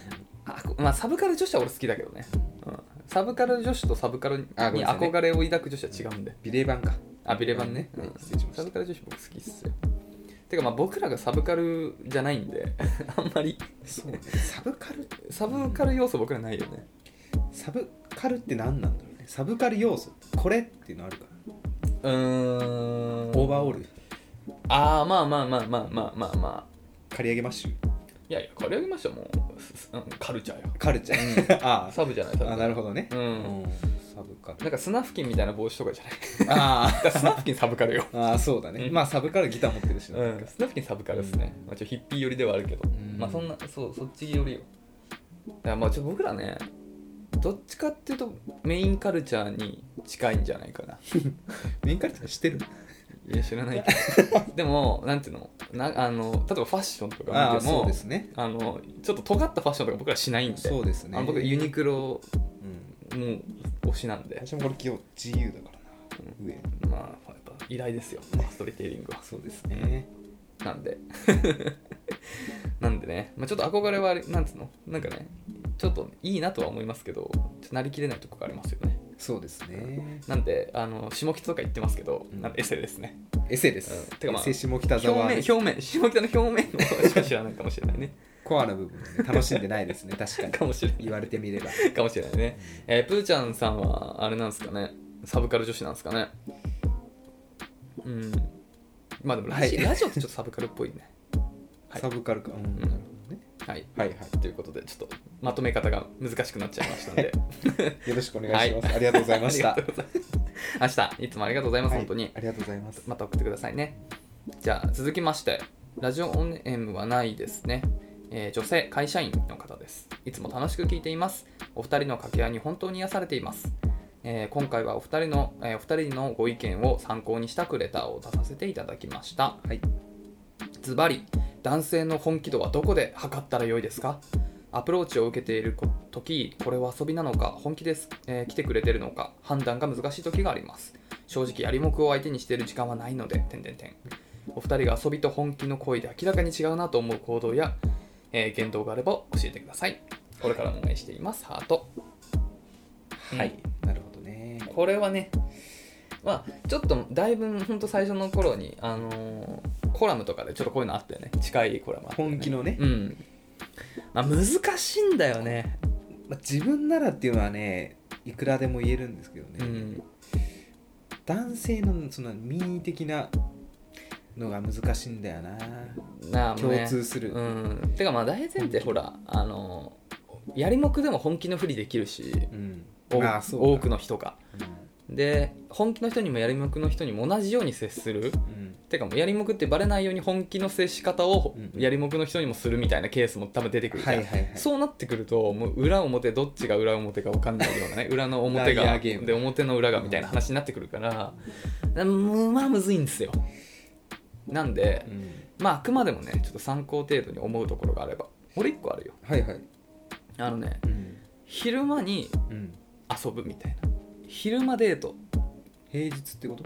Speaker 2: あこまあサブカル女子は俺好きだけどね、うん、サブカル女子とサブカルに
Speaker 1: あごめんなさいね
Speaker 2: 憧れを抱く女子は違うんで
Speaker 1: ビレ版か
Speaker 2: あビレバンね、
Speaker 1: はい
Speaker 2: うん
Speaker 1: 失礼しました
Speaker 2: サブカル女子僕好きっすよてかまあ僕らがサブカルじゃないんで あんまり
Speaker 1: そうねサブカル
Speaker 2: サブカル要素僕らないよね
Speaker 1: サブカルって何なんだろうねサブカル要素これっていうのあるかな
Speaker 2: うーん
Speaker 1: オーバーオール
Speaker 2: ああまあまあまあまあまあまあまあ
Speaker 1: 刈り上げマッシュ
Speaker 2: いやいや刈り上げましたよもうすすうんカルチャーよ
Speaker 1: カルチャーあ
Speaker 2: サブじゃないサ
Speaker 1: あ
Speaker 2: ブ
Speaker 1: あなるほどね
Speaker 2: うん
Speaker 1: うんサブカル
Speaker 2: なんか砂付近みたいな帽子とかじゃない
Speaker 1: あ
Speaker 2: だから砂付近サブカルよ、
Speaker 1: あああそうだね
Speaker 2: うん
Speaker 1: まあサブカルギター持ってるしな
Speaker 2: うん、砂付近サブカルですね、まあ、ちょっとヒッピー寄りではあるけど、
Speaker 1: うん
Speaker 2: まあそんなそうそっち寄りよいやまあちょっと僕らねどっちかっていうとメインカルチャーに近いんじゃないかな
Speaker 1: メインカルチャーしてる
Speaker 2: いや知らないけど でもなんていうのなあの例えばファッションと
Speaker 1: あ
Speaker 2: か見
Speaker 1: あ
Speaker 2: て
Speaker 1: そう
Speaker 2: も
Speaker 1: ですね
Speaker 2: あのちょっと尖ったファッションとか僕らしないんで
Speaker 1: そうですね
Speaker 2: あの僕ユニクロ
Speaker 1: うん
Speaker 2: もう推しなんで、
Speaker 1: 私もこれ今日 GU だからな上
Speaker 2: まあ、やっぱ依頼ですよ、まあ、ストーリーテリングは。
Speaker 1: そうですね
Speaker 2: なんで、 なんでね、まあ、ちょっと憧れはあれ、なんつうの、なんかね、ちょっといいなとは思いますけど、ちょっとなりきれないとこがありますよね。
Speaker 1: そうですね
Speaker 2: なんで、あの下北とか言ってますけど、
Speaker 1: うん
Speaker 2: なんかエセですね。
Speaker 1: エセです
Speaker 2: うんて
Speaker 1: エ
Speaker 2: かまあ
Speaker 1: セ下北
Speaker 2: 表面、
Speaker 1: 沢
Speaker 2: 表面、下北の表面の方しか知らないかもしれないね。
Speaker 1: コアな部分をね楽しんで ない ですね確かに
Speaker 2: かもしれ
Speaker 1: 言
Speaker 2: な
Speaker 1: われてみれば
Speaker 2: い。かもしれないね。えー、プーちゃんさんは、あれなんですかね、サブカル女子なんですかね。うん。まあでもラジ、
Speaker 1: はい
Speaker 2: ラジオってちょっとサブカルっぽいね。はい
Speaker 1: サブカルかうん
Speaker 2: ん
Speaker 1: なるほどね
Speaker 2: はい。
Speaker 1: はいは
Speaker 2: ということで、ちょっとまとめ方が難しくなっちゃいました ので、
Speaker 1: いよろしくお願いしますありがとうございまし
Speaker 2: あ
Speaker 1: た
Speaker 2: りがとうございます明日、いつもありがとうございます、本当
Speaker 1: は
Speaker 2: に
Speaker 1: い。ありがとうございます
Speaker 2: また送ってくださいね。じゃあ、続きまして、ラジオオネームはないですね。えー女性、会社員の方です。いつも楽しく聞いています。お二人の掛け合いに本当に癒されています。えー今回はお二人の、えーお二人のご意見を参考にしたクレターを出させていただきました。
Speaker 1: はい
Speaker 2: ズバリ男性の本気度はどこで測ったらよいですかアプローチを受けている時これは遊びなのか本気です、えー来てくれてるのか判断が難しい時があります正直やりもくを相手にしている時間はないので点々点お二人が遊びと本気の行為で明らかに違うなと思う行動や、えー言動があれば教えてくださいこれからお願いしていますハート
Speaker 1: はいなるほどね
Speaker 2: これはねまあちょっとだいぶほんと最初の頃にあのーコラムとかでちょっとこういうのあったよね近いコラムあったよね
Speaker 1: 本気のね
Speaker 2: うん、まあ、難しいんだよね、
Speaker 1: まあ自分ならっていうのはねいくらでも言えるんですけどね、
Speaker 2: うん、
Speaker 1: 男性のその民意的なのが難しいんだよな
Speaker 2: なあもうね
Speaker 1: 共通する
Speaker 2: うん、てかまあ大前提ほらあのやりもくでも本気のふりできるし
Speaker 1: うん
Speaker 2: お
Speaker 1: まあそうだ
Speaker 2: 多くの人が
Speaker 1: う
Speaker 2: で本気の人にもやりもくの人にも同じように接する
Speaker 1: んうん
Speaker 2: てかもうやりもくってバレないように本気の接し方を
Speaker 1: うん
Speaker 2: やりもくの人にもするみたいなケースも多分出てくるじゃ
Speaker 1: は
Speaker 2: ん
Speaker 1: いはいはい
Speaker 2: そうなってくるともう裏表どっちが裏表か分かんないよ うなね裏の表
Speaker 1: ライ
Speaker 2: が
Speaker 1: アーゲーム
Speaker 2: で表の裏がみたいな話になってくるから、うんまあむずいんですよなんで、
Speaker 1: うん
Speaker 2: まああくまでもねちょっと参考程度に思うところがあれば俺一個あるよ
Speaker 1: はいはい
Speaker 2: あのね
Speaker 1: うん
Speaker 2: 昼間に
Speaker 1: うん
Speaker 2: 遊ぶみたいな昼間デート
Speaker 1: 平日ってこと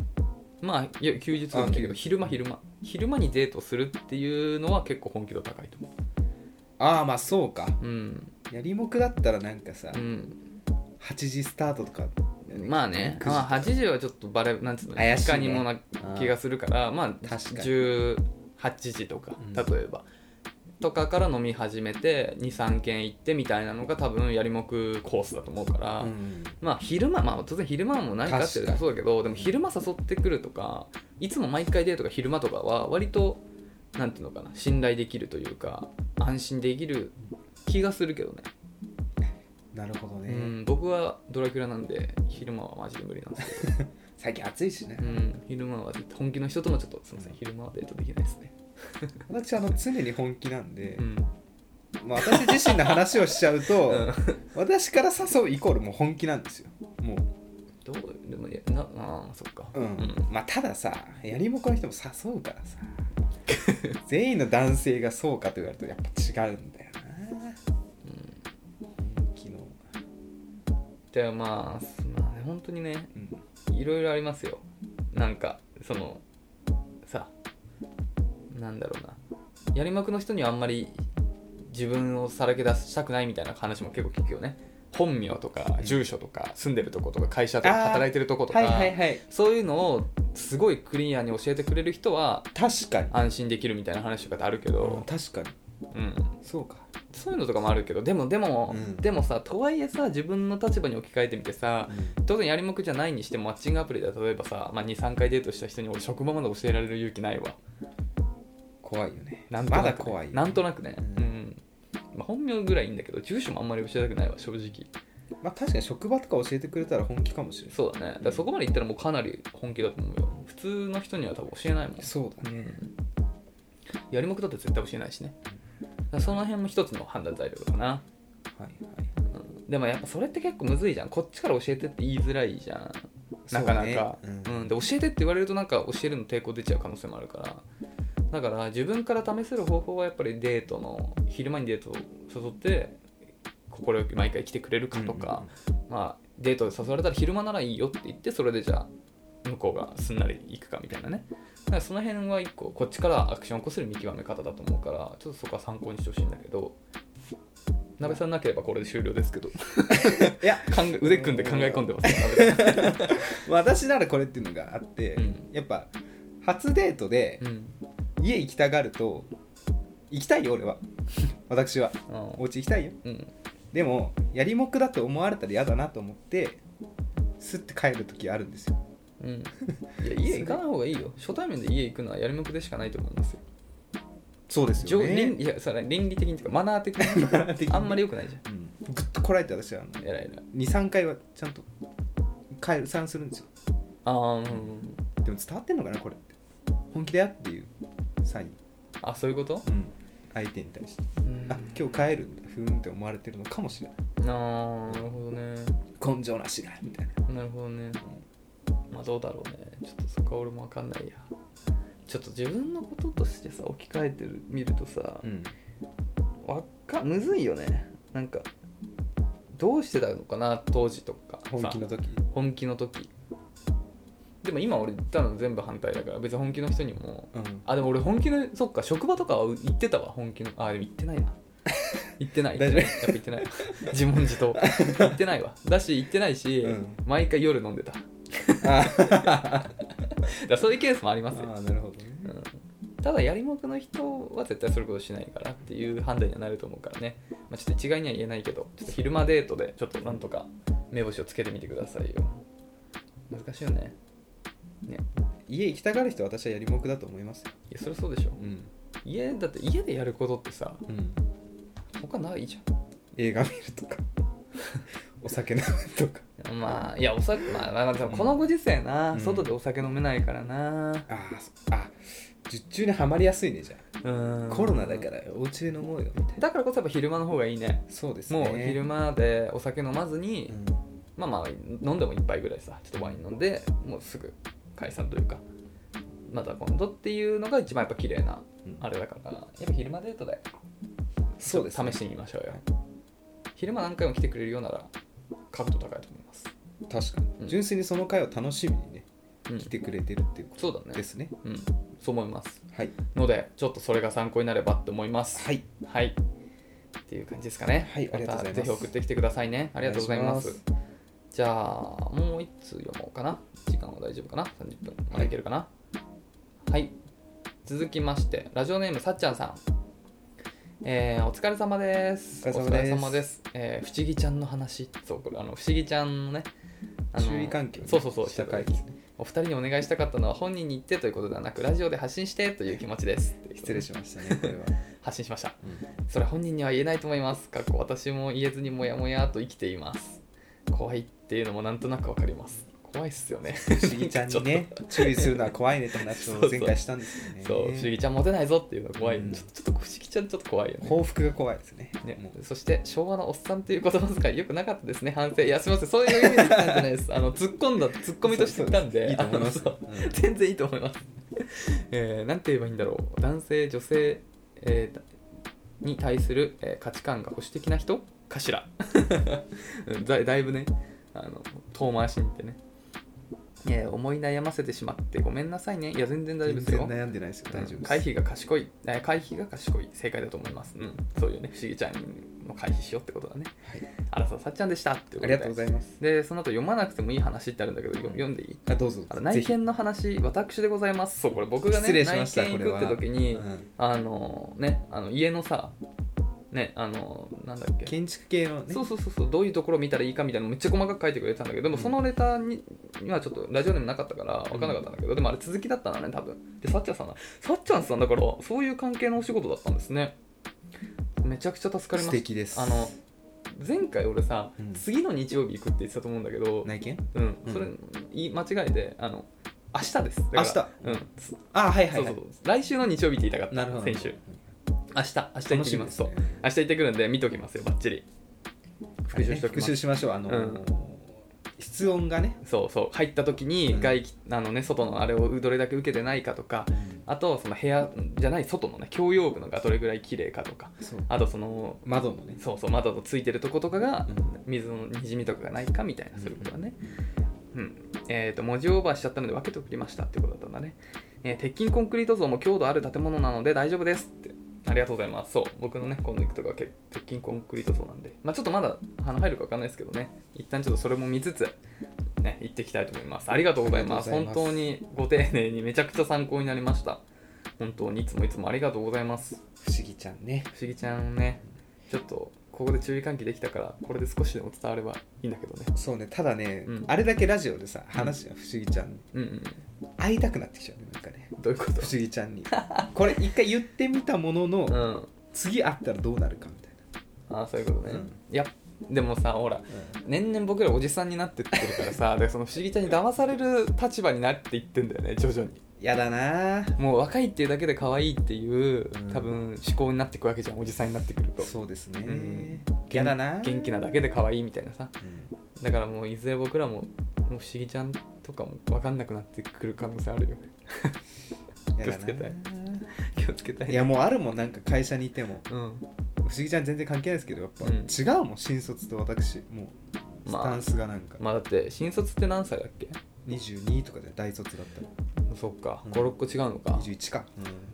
Speaker 2: まあいや休日なんだけ
Speaker 1: あ
Speaker 2: ど昼間昼間昼間にデートするっていうのは結構本気度高いと思
Speaker 1: ああまあそうか
Speaker 2: ううん
Speaker 1: やりもくだったらなんかさ、
Speaker 2: うん
Speaker 1: 8時スタートとか
Speaker 2: まあね、
Speaker 1: 9時
Speaker 2: まあ、8時はちょっとバレなんつうの
Speaker 1: 怪しいね
Speaker 2: かにもな気がするからまあ
Speaker 1: 確かに
Speaker 2: 18時とか
Speaker 1: うん
Speaker 2: 例えば、とかから飲み始めて23軒行ってみたいなのが多分やりもくコースだと思うから、
Speaker 1: うん
Speaker 2: まあ昼間まあ当然昼間も何かあって
Speaker 1: 確かに
Speaker 2: そうだけどでも昼間誘ってくるとかいつも毎回デートが昼間とかは割となんていうのかな信頼できるというか安心できる気がするけどね、
Speaker 1: なるほどね、
Speaker 2: うん、僕はドラキュラなんで昼間はマジで無理なんですけど
Speaker 1: 最近暑いしね、
Speaker 2: うん、昼間は本気の人ともちょっとすみません昼間はデートできないですね、
Speaker 1: 私あの常に本気なんで、
Speaker 2: うん
Speaker 1: まあ、私自身の話をしちゃうと、
Speaker 2: うん
Speaker 1: 私から誘うイコールもう本気なんですよも
Speaker 2: どうでもいやなあーそっか
Speaker 1: う、うんまあたださやりもこの人も誘うからさ全員の男性がそうかと言われるとやっぱ違うんだよな本気の、
Speaker 2: ではまあすまあね本当にね
Speaker 1: うん、
Speaker 2: いろいろありますよなんかそのさなんだろうなやりまくの人にはあんまり自分をさらけ出したくないみたいな話も結構聞くよね本名とか住所とか住んでるとことか会社とか
Speaker 1: あー
Speaker 2: 働いてるとことか、
Speaker 1: はいはいはい
Speaker 2: そういうのをすごいクリアに教えてくれる人は
Speaker 1: 確かに
Speaker 2: 安心できるみたいな話とかってあるけ
Speaker 1: うん
Speaker 2: ど、
Speaker 1: 確かに
Speaker 2: うん、
Speaker 1: そうか
Speaker 2: そういうのとかもあるけどでもでも、
Speaker 1: うん
Speaker 2: でもさとはいえさ自分の立場に置き換えてみてさ当然やりもくじゃないにしてもマッチングアプリでは例えばさ、まあ、23回デートした人に俺職場まで教えられる勇気ないわ
Speaker 1: 怖いよねま
Speaker 2: なんとなくね
Speaker 1: だ怖いよ
Speaker 2: なんとなくね、う
Speaker 1: うん
Speaker 2: んまあ、本名ぐらいいいんだけど住所もあんまり教えたくないわ正直
Speaker 1: まあ確かに職場とか教えてくれたら本気かもしれない
Speaker 2: そうだねだからそこまでいったらもうかなり本気だと思うよ普通の人には多分教えないもん
Speaker 1: そうだね
Speaker 2: やりもくだって絶対教えないしねだからその辺も一つの判断材料かな
Speaker 1: はい
Speaker 2: でもやっぱそれって結構むずいじゃんこっちから教えてって言いづらいじゃん
Speaker 1: そ
Speaker 2: な
Speaker 1: う
Speaker 2: か
Speaker 1: だ
Speaker 2: な
Speaker 1: ね
Speaker 2: かう、
Speaker 1: うん
Speaker 2: んで教えてって言われるとなんか教えるの抵抗出ちゃう可能性もあるからだから自分から試せる方法はやっぱりデートの昼間にデートを誘って心よく毎回来てくれるかとか、まあ、デートで誘われたら昼間ならいいよって言ってそれでじゃあ向こうがすんなり行くかみたいなねだからその辺は一個こっちからアクションを起こせる見極め方だと思うからちょっとそこは参考にしてほしいんだけど鍋さんなければこれで終了ですけど
Speaker 1: いや
Speaker 2: 考え腕組んで考え込んでますよ、
Speaker 1: 私ならこれっていうのがあって、
Speaker 2: うん
Speaker 1: やっぱ初デートで
Speaker 2: うん
Speaker 1: 家行きたがると行きたいよ俺 は私はお
Speaker 2: う
Speaker 1: 家行きたいよ
Speaker 2: ん、
Speaker 1: でもやりもくだと思われたら嫌だなと思ってスッて帰る時あるんですよ
Speaker 2: うん、 いや家行かない方がいいよ初対面で家行くのはやりもくでしかないと思いますよ
Speaker 1: そうで
Speaker 2: 常倫いやそれ倫理的にというか マナー的にあんまり良くないじ
Speaker 1: うん、ぐっとこらえて私は
Speaker 2: ゃん偉い偉い
Speaker 1: 23回はちゃんと解散するんですよ
Speaker 2: ああうん
Speaker 1: でも伝わってんのかなこれって本気だよっていうサイン、
Speaker 2: あそういうこと、
Speaker 1: 相手に対して
Speaker 2: うん
Speaker 1: あ今日帰るんだふーんって思われてるのかもしれない
Speaker 2: あーなるほどね
Speaker 1: 根性なしがみたいな
Speaker 2: なるほどねまあどうだろうねちょっとそこは俺も分かんないやちょっと自分のこととしてさ置き換えてる見るとさ
Speaker 1: うん
Speaker 2: わっかむずいよねなんかどうしてたのかな当時とかさ
Speaker 1: 本気の時
Speaker 2: 本気の時でも今俺言ったの全部反対だから別に本気の人にも
Speaker 1: うん
Speaker 2: あでも俺本気のそっか職場とかは行ってたわ本気のあでも行っ てないな行ってない
Speaker 1: 大丈夫
Speaker 2: やっぱ行ってない自問自答行ってないわだし行ってないし、
Speaker 1: うん
Speaker 2: 毎回夜飲んでた だか
Speaker 1: あ
Speaker 2: らそういうケースもありますよ、
Speaker 1: あなるほどね
Speaker 2: うん、ただやりもくの人は絶対そういうことしないからっていう判断にはなると思うからね、まあ、ちょっと一概には言えないけどちょっと昼間デートでちょっとなんとか目星をつけてみてくださいよ難しいよね
Speaker 1: 家行きたがる人は私はやりもくだと思いますよ
Speaker 2: いやそりゃそうでしょ
Speaker 1: うん、
Speaker 2: 家だって家でやることってさ
Speaker 1: うん、
Speaker 2: 他ないじ
Speaker 1: 映画見るとか お酒飲むとか
Speaker 2: ゃんまあいやお酒まあまあまあでもこのご時世な、
Speaker 1: うん
Speaker 2: 外でお酒飲めないからな
Speaker 1: あーそあ術中にはまりやすいねじゃ
Speaker 2: うん
Speaker 1: あコロナだからお家で飲もうよみたいな
Speaker 2: だからこそやっぱ昼間の方がいいね
Speaker 1: そうですね
Speaker 2: もう昼間でお酒飲まずに、
Speaker 1: うん
Speaker 2: まあまあ飲んでも一杯ぐらいさちょっとワイン飲んでもうすぐ解散というかまた今度っていうのが一番やっぱ綺麗な
Speaker 1: うん
Speaker 2: あれだからやっぱ昼間デートで
Speaker 1: そうですね
Speaker 2: 試してみましょうよ昼間何回も来てくれるようなら確度高いと思います、
Speaker 1: 確かに、
Speaker 2: うん
Speaker 1: 純粋にその回を楽しみにね
Speaker 2: うん
Speaker 1: 来てくれてるっていうこ
Speaker 2: そうだ
Speaker 1: と
Speaker 2: ね
Speaker 1: ですね、
Speaker 2: うんそう思います
Speaker 1: はい
Speaker 2: のでちょっとそれが参考になればって思います
Speaker 1: はい
Speaker 2: はいっていう感じですかね
Speaker 1: はいありがとうございます
Speaker 2: たぜひ送ってきてくださいねありがとうございます
Speaker 1: お願いし
Speaker 2: じゃあもう一通読もうかな時間は大丈夫かな30分まだいけるかなはい、続きましてラジオネームさっちゃんさんえーお疲れ様です
Speaker 1: お疲れ様です
Speaker 2: お疲れ様です、えー、不思議ちゃんの話そうこれあの不思議ちゃんのねあの
Speaker 1: 注意喚起をね、
Speaker 2: そうそうそう
Speaker 1: した回ですね
Speaker 2: お二人にお願いしたかったのは本人に言ってということではなくラジオで発信してという気持ちです
Speaker 1: 失礼しま したねこれは、
Speaker 2: 発信しました それ本人には言えないと思います過去私も言えずにモヤモヤと生きています怖いっていうのもなんとなくわかります怖いっすよね
Speaker 1: 不思議ちゃんにね注意するのは怖いねって 話を前回したんですよね
Speaker 2: そう不思議ちゃんモテないぞっていうの怖い、
Speaker 1: うん
Speaker 2: ちょちょっと不思議ちゃんちょっと怖いよね
Speaker 1: 報復が怖いですね
Speaker 2: ね
Speaker 1: もう、
Speaker 2: そして昭和のおっさんという言葉遣いよくなかったですね反省いやすみませんそういう意味で言ったんじゃないですあの突っ込んだ突っ込みとして言ったんで
Speaker 1: いいと思います
Speaker 2: あのそう 全然いいと思います、えーなんて言えばいいんだろう男性女性、えーに対する、えー価値観が保守的な人か しらだだいぶねあの遠回しに言ってねえー思い悩ませてしまってごめんなさいねいや全然大丈夫
Speaker 1: 全
Speaker 2: ですよ
Speaker 1: 然悩んでないですよ大丈夫
Speaker 2: うん
Speaker 1: です
Speaker 2: 回避が賢い、えー回避が賢い正解だと思います、うん、そういうね不思議ちゃんの回避しようってことだね
Speaker 1: はい
Speaker 2: あらささっちゃんでしたって
Speaker 1: あ
Speaker 2: いうこ
Speaker 1: り
Speaker 2: とで
Speaker 1: がとうございます
Speaker 2: でその後読まなくてもいい話ってあるんだけど読読んでいい
Speaker 1: あどうぞ
Speaker 2: あの
Speaker 1: ぜ
Speaker 2: 内
Speaker 1: ひ
Speaker 2: 見の話私でございますそうこれ僕がね
Speaker 1: 失礼しました
Speaker 2: 内見
Speaker 1: これ
Speaker 2: 行
Speaker 1: は
Speaker 2: くって時に、
Speaker 1: うん
Speaker 2: あのねあの家のさねあのなんだっけ
Speaker 1: 建築系のね
Speaker 2: そうそうそうそうどういうところ見たらいいかみたいなのめっちゃ細かく書いてくれてたんだけどでも
Speaker 1: うん
Speaker 2: そのレターににはちょっとラジオでもなかったから分からなかったんだけど、でもあれ続きだったんだね多分でさっちゃんさんださっちゃんさんだからそういう関係のお仕事だったんですねめちゃくちゃ助かりま
Speaker 1: 素
Speaker 2: し
Speaker 1: 敵です
Speaker 2: たあの前回俺さ、
Speaker 1: うん
Speaker 2: 次の日曜日行くって言ってたと思うんだけど、
Speaker 1: 内見
Speaker 2: うん
Speaker 1: うん
Speaker 2: それ言い間違えてあの明日ですだからうん、そ
Speaker 1: あはいは
Speaker 2: そ
Speaker 1: いうは
Speaker 2: そう
Speaker 1: い
Speaker 2: そう来週の日曜日って言いたかった
Speaker 1: なるほど
Speaker 2: 先週明日明日行
Speaker 1: 楽
Speaker 2: ってき
Speaker 1: しみ
Speaker 2: ま
Speaker 1: ですすね
Speaker 2: そう明日行ってくるんで見ときますよバッチリ復習しておき
Speaker 1: 復
Speaker 2: ます
Speaker 1: 習しましょうあのー室温がね
Speaker 2: そうそう入った時に
Speaker 1: うん
Speaker 2: 外気、あのね外のあれをどれだけ受けてないかとかあとその部屋じゃない外のね共用部のがどれぐらい綺麗かとか
Speaker 1: そう
Speaker 2: あとその
Speaker 1: 窓のね
Speaker 2: そうそう窓のついてるとことかが
Speaker 1: うん
Speaker 2: 水のにじみとかがないかみたいなそういうことだねうんえー、と文字オーバーしちゃったので分けて送りましたってことだったんだね、えー鉄筋コンクリート像も強度ある建物なので大丈夫ですってありがとうございますそう僕のね今度行くとこはけ鉄筋コンクリート像なんでまあちょっとまだあの入るか分かんないですけどね一旦ちょっとそれも見つつね行ってきたいと思いますありがとうございます
Speaker 1: ありがとう
Speaker 2: 本
Speaker 1: ございます
Speaker 2: 当にご丁寧にめちゃくちゃ参考になりました本当にいつもいつもありがとうございます
Speaker 1: 不思議ちゃんね
Speaker 2: 不思議ちゃんねちょっとここで注意喚起できたからこれで少しでも伝わればいいんだけどね
Speaker 1: そうねただね
Speaker 2: うん
Speaker 1: あれだけラジオでさ話が不思議ちゃん
Speaker 2: うんうん
Speaker 1: 会いたくなってきちゃうねなんかね
Speaker 2: どういうこと
Speaker 1: 不思議ちゃんにこれ一回言ってみたもの
Speaker 2: う
Speaker 1: の
Speaker 2: ん
Speaker 1: 次会ったらどうなるかみたい
Speaker 2: ああそういうことね、
Speaker 1: うん
Speaker 2: いやでもさほら
Speaker 1: な
Speaker 2: 年々僕らおじさんになってってるから さでその不思議ちゃんに騙される立場になっていってんだよね徐々に
Speaker 1: やだなぁ
Speaker 2: もう若いっていうだけで可愛いっていう
Speaker 1: うん
Speaker 2: 多分思考になっていくわけじゃんおじさんになってくると
Speaker 1: そうです
Speaker 2: う
Speaker 1: ね
Speaker 2: ん
Speaker 1: やだなぁ
Speaker 2: 元気なだけで可愛いみたいなさ
Speaker 1: うん
Speaker 2: だからもういずれ僕らももう不思議ちゃんとかも分かんなくなってくる可能性あるよね
Speaker 1: やだな
Speaker 2: 気をつけたい
Speaker 1: ぁ
Speaker 2: 気をつけたいね
Speaker 1: いやもうあるもんなんか会社にいても
Speaker 2: うん
Speaker 1: 不思議ちゃん全然関係ないですけどやっぱ
Speaker 2: うん
Speaker 1: 違うもん新卒と私もうス
Speaker 2: まあ
Speaker 1: タンスがなんか
Speaker 2: まあだって新卒って何歳だっけ
Speaker 1: 22とかで大卒だったら
Speaker 2: そっか
Speaker 1: うん
Speaker 2: 56個違うのか
Speaker 1: 21か、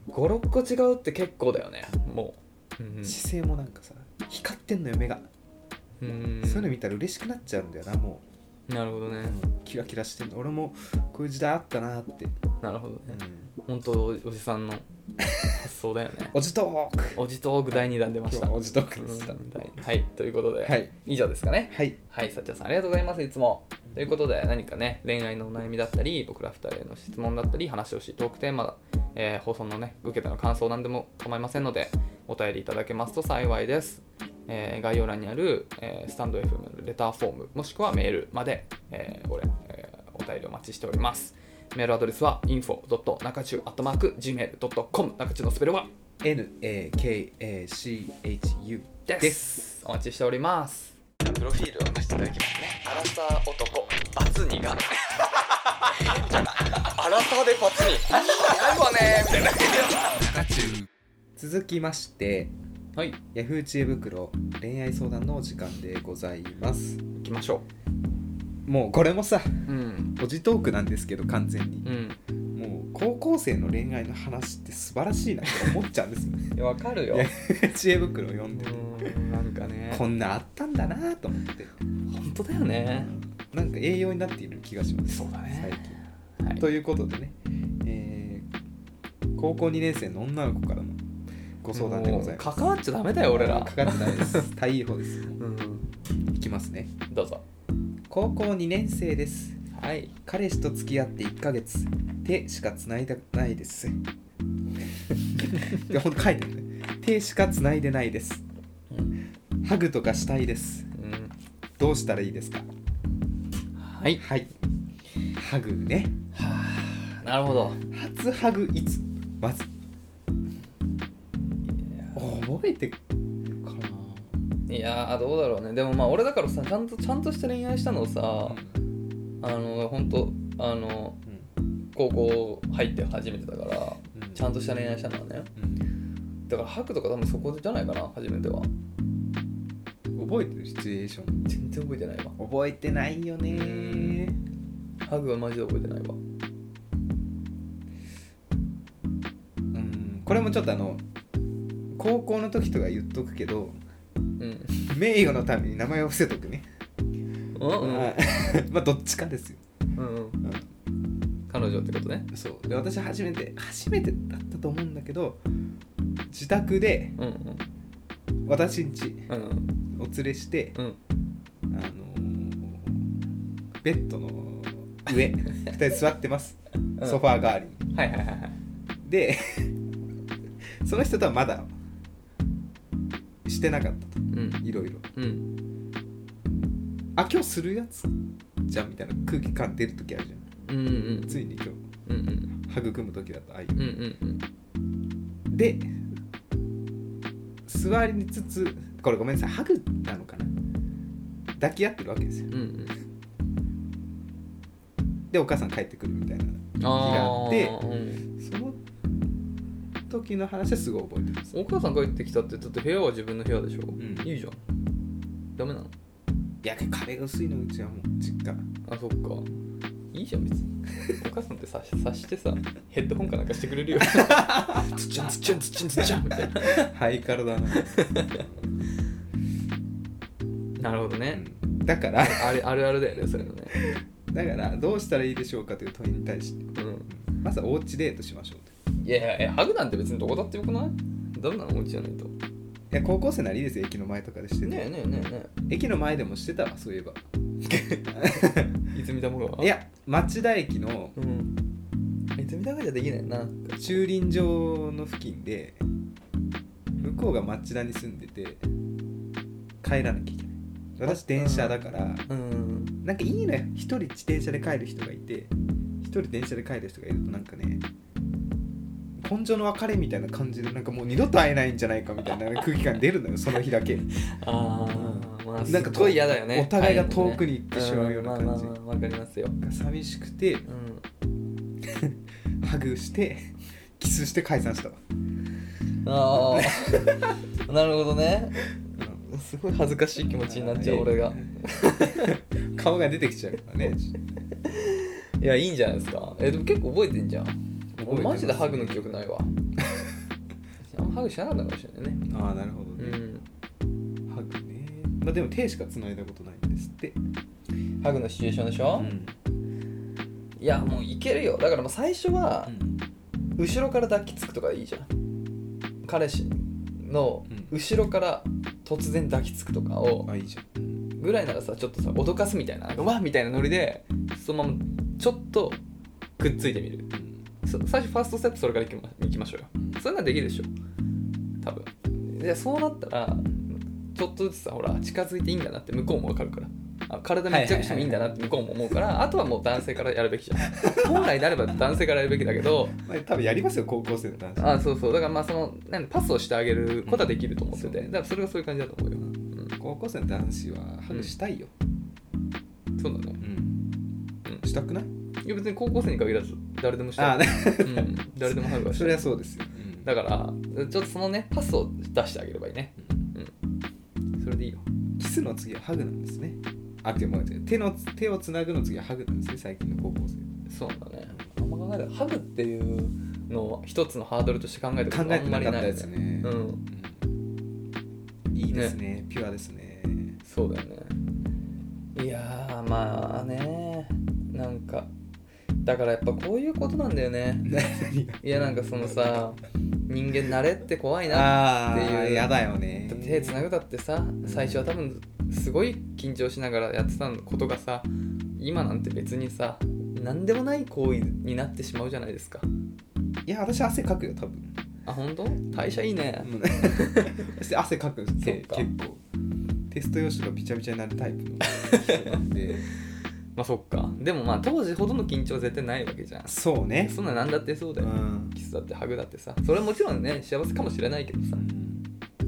Speaker 2: 56個違うって結構だよねもう、うんうん
Speaker 1: 姿勢もなんかさ光ってんのよ目が、
Speaker 2: うん
Speaker 1: そういうの見たら嬉しくなっちゃうんだよなも
Speaker 2: なるほど
Speaker 1: う、
Speaker 2: ね
Speaker 1: キラキラしてんの俺もこういう時代あったなって、
Speaker 2: なるほどね、
Speaker 1: うん
Speaker 2: 本当おおじさんの発想だよね
Speaker 1: おじトーク
Speaker 2: おじトーク第2弾出ま
Speaker 1: 今
Speaker 2: し
Speaker 1: 日
Speaker 2: た
Speaker 1: はおじトー
Speaker 2: う
Speaker 1: クでした、
Speaker 2: ん第はいということで、
Speaker 1: はい
Speaker 2: 以上ですかね
Speaker 1: はい
Speaker 2: はいさっちゃんさんありがとうございますいつもということで何かね恋愛のお悩みだったり僕ら2人への質問だったり話してほしいトークテーマ、えー放送のね受けての感想なんでも構いませんのでお便りいただけますと幸いです、えー概要欄にある、えースタンド FM のレターフォームもしくはメールまで、えーこれ、えーお便りお待ちしておりますメールアドレスは info.nakachu.gmail.com 中中のスペルは
Speaker 1: NAKACHU
Speaker 2: ですお待ちしておりますプロフィールを出していただきますねアラサー男バツニが アラサーでバツニ ないわねみたいな
Speaker 1: 続きまして
Speaker 2: はい
Speaker 1: Yahoo! 知恵袋恋愛相談のお時間でございます
Speaker 2: 行きましょ
Speaker 1: もうこれもさ
Speaker 2: ううん
Speaker 1: おじトークなんですけど完全に
Speaker 2: うん
Speaker 1: もう高校生の恋愛の話って素晴らしいなって思っちゃうんですよ ね
Speaker 2: いやわかるよ
Speaker 1: いや知恵袋を読んでる
Speaker 2: うんなんかね
Speaker 1: こんなあったんだなと思って
Speaker 2: 本当だよね
Speaker 1: なんか栄養になっている気がします
Speaker 2: そうだね
Speaker 1: 最近
Speaker 2: はい
Speaker 1: ということでね、えー高校2年生の女の子からのご相談でございます
Speaker 2: もう関わっちゃダメだよ俺ら
Speaker 1: かかってないです大いい方です
Speaker 2: うん
Speaker 1: いきますね
Speaker 2: どうぞ
Speaker 1: 高校2年生です
Speaker 2: はい
Speaker 1: 彼氏と付き合って1ヶ月手しか繋いでないです いやほんと書いてあるね手しか繋いでないです
Speaker 2: うん、
Speaker 1: ハグとかしたいですどうしたらいいですか
Speaker 2: はい
Speaker 1: はいハグね
Speaker 2: はあなるほど
Speaker 1: 初ハグいつまず覚えてか
Speaker 2: いやーどうだろうねでもまあ俺だからさちゃんとちゃんとした恋愛したのを
Speaker 1: な
Speaker 2: さあの本当あの高校入って初めてだからちゃんとした恋愛したのはねだから白とか多分そこじゃないかな初めては
Speaker 1: 覚えてるシチュエーション
Speaker 2: 全然覚えてないわ
Speaker 1: 覚えてないよね
Speaker 2: うハグはマジで覚えてないわ
Speaker 1: うんこれもちょっとあの高校の時とか言っとくけど
Speaker 2: うん
Speaker 1: 名誉のために名前を伏せとくね、
Speaker 2: うん
Speaker 1: まあどっちかですよ、
Speaker 2: うん彼女ってことね
Speaker 1: そうで私初めて初めてだったと思うんだけど自宅で
Speaker 2: うんうん
Speaker 1: 私ん家
Speaker 2: うん
Speaker 1: お連れして、
Speaker 2: うん
Speaker 1: あのーベッドの 上2人座ってます
Speaker 2: うん
Speaker 1: ソファー代わりに
Speaker 2: はいはいはいはい
Speaker 1: で その人とはまだしてなかったと
Speaker 2: うん
Speaker 1: いろいろ
Speaker 2: うん
Speaker 1: あ今日するやつじゃんみたいな空気感出る時あるじゃ
Speaker 2: うんうんうん
Speaker 1: んついに今
Speaker 2: うんうん
Speaker 1: 日育む時だとああいう
Speaker 2: うんうんうん
Speaker 1: で座りつつこれごめんなさいハグなのかな抱き合ってるわけですよ
Speaker 2: うん
Speaker 1: でお母さん帰ってくるみたいな
Speaker 2: うんあーうん
Speaker 1: その時の話はすごい覚えてます
Speaker 2: お母さん帰ってきたってだって部屋は自分の部屋でしょ
Speaker 1: ん
Speaker 2: いいじゃんダメなの
Speaker 1: いや壁が薄いのうちはもう実家
Speaker 2: あそっかいいじゃん別に お母さんってさ察してさヘッドホンかなんかしてく れるよつっちゃんつっちゃんつっちゃんつっち ゃんみたいな
Speaker 1: ハイカラだな、
Speaker 2: なるほど
Speaker 1: う
Speaker 2: ね、
Speaker 1: んだから
Speaker 2: あれあるあるだよねそういうのね
Speaker 1: だからどうしたらいいでしょうかという問いに対して
Speaker 2: うん
Speaker 1: まずはおうちデートしましょうと
Speaker 2: いやいやえハグなんて別にどこだってよくないダメなのお家じゃないとね
Speaker 1: いや高校生ならいいですよ駅の前とかでして
Speaker 2: え
Speaker 1: て、
Speaker 2: ねえねえね
Speaker 1: 駅の前でもしてたわそう いえば
Speaker 2: え泉田もが
Speaker 1: いや町田駅の
Speaker 2: うん泉田がじゃできないな
Speaker 1: 駐輪場の付近で向こうが町田に住んでて帰らなきゃいけない私電車だから
Speaker 2: うん
Speaker 1: なんかいいね一人自転車で帰る人がいて一人電車で帰る人がいるとなんかね根性の別れみたいな感じでなんかもう二度と会えないんじゃないかみたいな空気感出るのよその日だけ
Speaker 2: あー、まあす
Speaker 1: なん
Speaker 2: っ
Speaker 1: か
Speaker 2: ごい嫌だよね
Speaker 1: お互いが遠くに行ってしまうような
Speaker 2: ああいのね
Speaker 1: 感じ
Speaker 2: んまあまあまあわかりますよ
Speaker 1: 寂しくて
Speaker 2: うん
Speaker 1: ハグしてキスして解散したわ
Speaker 2: あ あなるほどねすごい恥ずかしい気持ちになっちゃう俺が
Speaker 1: 顔が出てきちゃうからね
Speaker 2: いやいいんじゃないですかえでも結構覚えてんじゃん俺マジでハグの記憶 ないわあんまハグしなかったかもしれないね
Speaker 1: ああなるほど
Speaker 2: う
Speaker 1: ね、
Speaker 2: ん
Speaker 1: ハグねまあでも手しか繋いだことないんですって
Speaker 2: ハグのシチュエーションでし
Speaker 1: う
Speaker 2: ょ、
Speaker 1: ん
Speaker 2: いやもういけるよだからもう最初は後ろから抱きつくとかでいいじゃん彼氏の
Speaker 1: うん
Speaker 2: 後ろから突然抱きつくとかを
Speaker 1: あいいじゃん
Speaker 2: ぐらいならさちょっとさ脅かすみたいななんかわっみたいなノリでそのままちょっとくっついてみるそ最初ファーストステップそれからいきま行きましょうよそんなんできるでしょ多分でそうなったらちょっとずつさほら近づいていいんだなって向こうも分かるからあ体めっちゃくしてもいいんだなって向こうも思うからあとはもう男性からやるべきじゃん本来であれば男性からやるべきだけど
Speaker 1: まあ、多分やりますよ高校生の男子
Speaker 2: あそうそうだからまあそのなんでパスをしてあげることはできると思っててだからそれがそういう感じだと思うよ、う
Speaker 1: 高校生の男子はハグしたいよ、
Speaker 2: ん、そうだね
Speaker 1: うんしたくない
Speaker 2: いや別に高校生に限らず誰でもした
Speaker 1: あ
Speaker 2: い
Speaker 1: ね
Speaker 2: うん、誰でもハグは し
Speaker 1: そ
Speaker 2: た
Speaker 1: り
Speaker 2: い
Speaker 1: ゃそうですよ、
Speaker 2: だからちょっとそのねパスを出してあげればいいねそれでいいよ
Speaker 1: キスの次はハグなんですねあでも手の手をつなぐの次はハグなんですね最近の高校
Speaker 2: そうなんだねあんま考えないハグっていうのを一つのハードルとして考えた
Speaker 1: 生考
Speaker 2: ことあ
Speaker 1: え
Speaker 2: ん
Speaker 1: てな
Speaker 2: まり
Speaker 1: かっ
Speaker 2: な
Speaker 1: た
Speaker 2: いよ
Speaker 1: やつ
Speaker 2: ね
Speaker 1: ね
Speaker 2: うん
Speaker 1: うんいいですねピュアですね
Speaker 2: そうだよねいやーまあねなんかだからやっぱこういうことなんだよね
Speaker 1: 何が
Speaker 2: いやなんかそのさ人間慣れって怖い
Speaker 1: あ
Speaker 2: なって
Speaker 1: あ
Speaker 2: いう
Speaker 1: やだよね
Speaker 2: 手つなぐだってさ最初は多分すごい緊張しながらやってたことがさ今なんて別にさ何でもない行為になってしまうじゃないですか
Speaker 1: いや私汗かくよ多分
Speaker 2: あ本当代謝いいね、
Speaker 1: うんそして汗かくんです手
Speaker 2: そっか
Speaker 1: 結構テスト用紙がびちゃびちゃになるタイプの人なん で
Speaker 2: まあそっかでもまあ当時ほどの緊張は絶対ないわけじゃん
Speaker 1: そうね
Speaker 2: そんな何だってそうだ
Speaker 1: う
Speaker 2: よ、
Speaker 1: ん
Speaker 2: キスだってハグだってさそれはもちろんね幸せかもしれないけどさ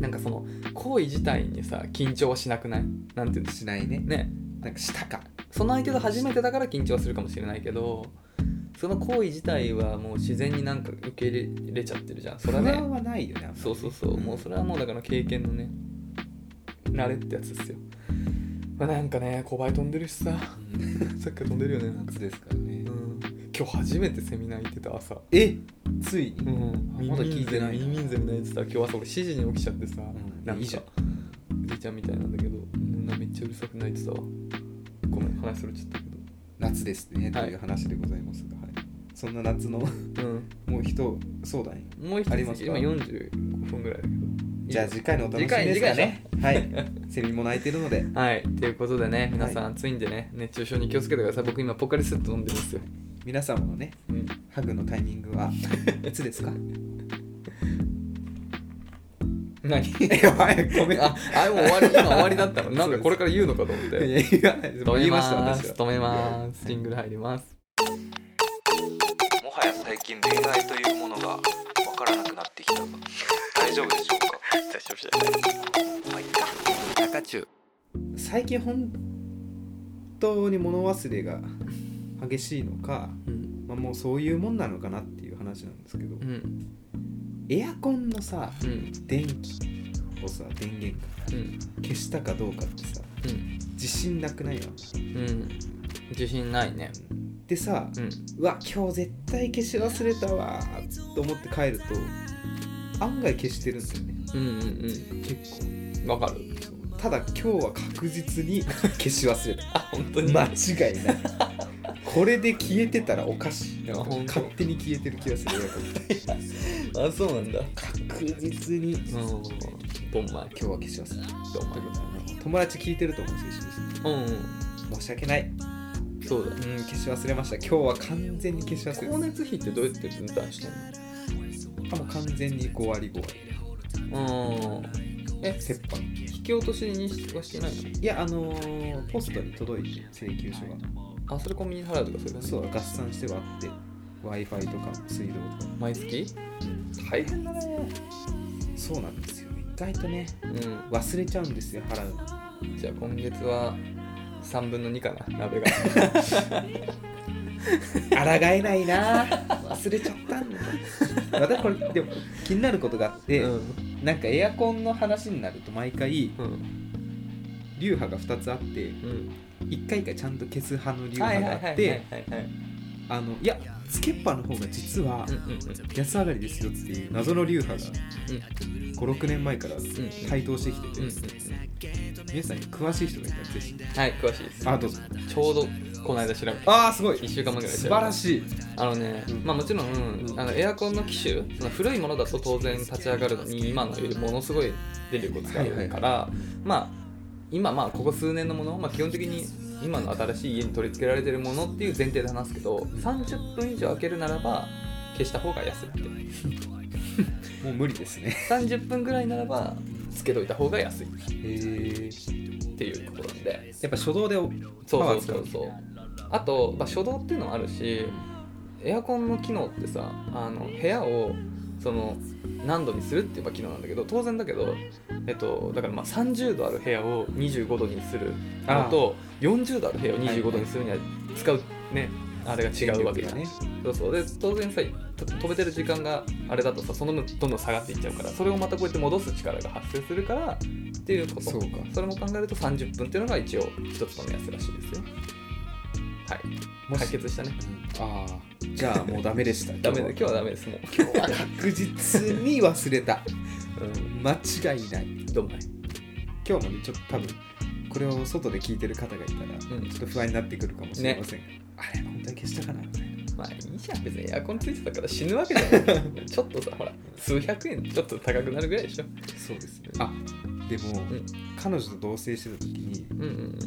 Speaker 2: なんかその行為自体にさ緊張はしなくないなんていうの
Speaker 1: しないね
Speaker 2: ね
Speaker 1: なんかしたか
Speaker 2: その相手と初めてだから緊張はするかもしれないけどその行為自体はもう自然になんか受け入れちゃってるじゃんそれは
Speaker 1: 不
Speaker 2: ね
Speaker 1: 安はないよねあんまり
Speaker 2: そうそうそうもうそれはもうだから経験のね慣れってやつですよまあなんかね小バエ飛んでるしさ さっきから飛んでるよねなんか
Speaker 3: 夏ですからね
Speaker 2: うん今日初めてセミナー行ってた朝
Speaker 1: えついに
Speaker 2: うん
Speaker 3: まだ聞いてないな
Speaker 2: 耳ゼミナー行ってた今日朝俺7時に起きちゃってさ、
Speaker 1: ん
Speaker 2: なんか
Speaker 1: いいじゃん
Speaker 2: おじいちゃんみたいなんだけどみんなめっちゃうるさく泣いてたわごめん話それちゃったけ
Speaker 1: 夏ですねと
Speaker 2: はい
Speaker 1: いう話でございますが、はいそんな夏 の
Speaker 2: どうん
Speaker 1: もう人そうだね
Speaker 2: もう一
Speaker 1: あります
Speaker 2: つ
Speaker 1: か
Speaker 2: 今45分ぐらいだけど
Speaker 1: じゃあ次回のお楽しみ
Speaker 2: 次回
Speaker 1: ですかねはいセミも鳴いてるので
Speaker 2: はいということでね皆さん暑いんでね熱中症に気をつけてください僕今ポカリスエット飲んでますよ、
Speaker 1: 皆様のね
Speaker 2: うん、
Speaker 1: ハグのタイミングはいつ ですか
Speaker 2: 何
Speaker 1: え早くごめん
Speaker 2: ああもう終わり今終わりだったのなんかこれから言うのかと思っ
Speaker 1: い
Speaker 2: て
Speaker 1: や言わないですもう
Speaker 2: 止
Speaker 1: 言
Speaker 2: め
Speaker 1: いました
Speaker 2: ま
Speaker 1: 私
Speaker 2: す
Speaker 1: は
Speaker 2: 止めますジングル入ります
Speaker 3: もはや最近恋愛というものがわからなくなってきた大丈夫でしょうか大丈夫はい中中
Speaker 1: 最近本当に物忘れが激しいのか、
Speaker 2: うん、
Speaker 1: まあ、もうそういうもんなのかなっていう話なんですけど、
Speaker 2: うん
Speaker 1: エアコンのさ
Speaker 2: うん
Speaker 1: 電気をさ電源から
Speaker 2: うん
Speaker 1: 消したかどうかってさ
Speaker 2: うん
Speaker 1: 自信なくないわ、
Speaker 2: うん自信ないね
Speaker 1: うんでさ、
Speaker 2: うん
Speaker 1: うわ今日絶対消し忘れたわーと思って帰ると案外消してるんだよね
Speaker 2: うん
Speaker 1: 結
Speaker 2: うんうんわかる
Speaker 1: 構ただ今日は確実に消し忘れた
Speaker 2: あ 本当に
Speaker 1: 間違いない これで消えてたらおかしい
Speaker 2: いやほんと
Speaker 1: 勝手に消えてる気がする
Speaker 2: あそうなんだ
Speaker 1: 確実に
Speaker 2: う
Speaker 1: 今
Speaker 2: んどんまい
Speaker 1: 日は消し忘れた
Speaker 2: どんまい
Speaker 1: 友達聞いてると思うんですよ一緒に
Speaker 2: うん
Speaker 1: 申し訳ない
Speaker 2: うんそうだ
Speaker 1: うん消し忘れました今日は完全に消し忘れ
Speaker 2: 光熱費ってどうやって分担して
Speaker 1: たもう完全に5割5割
Speaker 2: んのうんえ
Speaker 1: 折半
Speaker 2: 引き落としにはしてない
Speaker 1: いやあのーポストに届いて請求書が
Speaker 2: のあそれコンビニで払うとかそういう感じ
Speaker 1: そう合算して割って w i f i とか水道とか
Speaker 2: 毎月大変だね
Speaker 1: そうなんですよ意外とね
Speaker 2: う
Speaker 1: 忘れちゃうんですよ払うの
Speaker 2: んじゃあ今月は3分の2かな鍋が
Speaker 1: 抗えない な忘れちゃったんだまたこれでも気になることがあって、
Speaker 2: うん
Speaker 1: なんかエアコンの話になると毎回
Speaker 2: うん
Speaker 1: 流派が2つあって
Speaker 2: うん
Speaker 1: 1回1回ちゃんと消す派の流派があって
Speaker 2: はいはいはい
Speaker 1: あのいやつけっぱの方が実は
Speaker 2: うんうんうん
Speaker 1: 安上がりですよっていう謎の流派が
Speaker 2: うん
Speaker 1: 56年前から台頭してきてて、
Speaker 2: うんうんうん
Speaker 1: 皆さんに詳しい人がいたらぜひ
Speaker 2: はい詳しいです
Speaker 1: あどうぞ
Speaker 2: ちょうどこの間調べた
Speaker 1: ああすごい
Speaker 2: 1週間前ぐらい
Speaker 1: 素晴らしい
Speaker 2: あのね、
Speaker 1: うん
Speaker 2: まあもちろん、あのエアコンの機種その古いものだと当然立ち上がるのに今のよりものすごい電力を使うから、まあ今まあここ数年のもの、まあ、基本的に今の新しい家に取り付けられてるものっていう前提で話すけど30分以上開けるならば消した方が安いって
Speaker 1: もう無理ですね
Speaker 2: 30分ぐらいならばつけといた方が安いっ
Speaker 1: へえ
Speaker 2: ていうことなんで
Speaker 1: やっぱ初動でお
Speaker 2: そうそうそうそうあと、まあ、初動っていうのもあるしエアコンの機能ってさあの部屋をその何度にするっていうまあ機能なんだけど当然だけど、えっと、だからまあ30度ある部屋を25度にする
Speaker 1: あ
Speaker 2: の
Speaker 1: ー
Speaker 2: と40度ある部屋を25度にするには使うねあれが違うわけじゃん、
Speaker 1: ね
Speaker 2: そうそうで当然さと飛べてる時間があれだとさその分どんどん下がっていっちゃうからそれをまたこうやって戻す力が発生するからっていうこと
Speaker 1: そうか
Speaker 2: それも考えると30分っていうのが一応一つの目安らしいですよはい
Speaker 1: も
Speaker 2: 解
Speaker 1: し
Speaker 2: 決したね
Speaker 1: ああじゃあもうダメでした
Speaker 2: ダメだ今日はダメですもう
Speaker 1: 今日は確実に忘れた
Speaker 2: うん
Speaker 1: 間違いない
Speaker 2: どんまい
Speaker 1: 今日もねちょっと多分これを外で聞いてる方がいたらちょ
Speaker 2: うん
Speaker 1: っと不安になってくるかもしれませんが、あれ本当に消したかなみたいな
Speaker 2: まあいいじゃん別にエアコンついてたから死ぬわけじゃない ちょっとさほら数百円ちょっと高くなるぐらいでしょ
Speaker 1: そうですねあでも、
Speaker 2: ん
Speaker 1: 彼女と同棲してた時に
Speaker 2: うんうん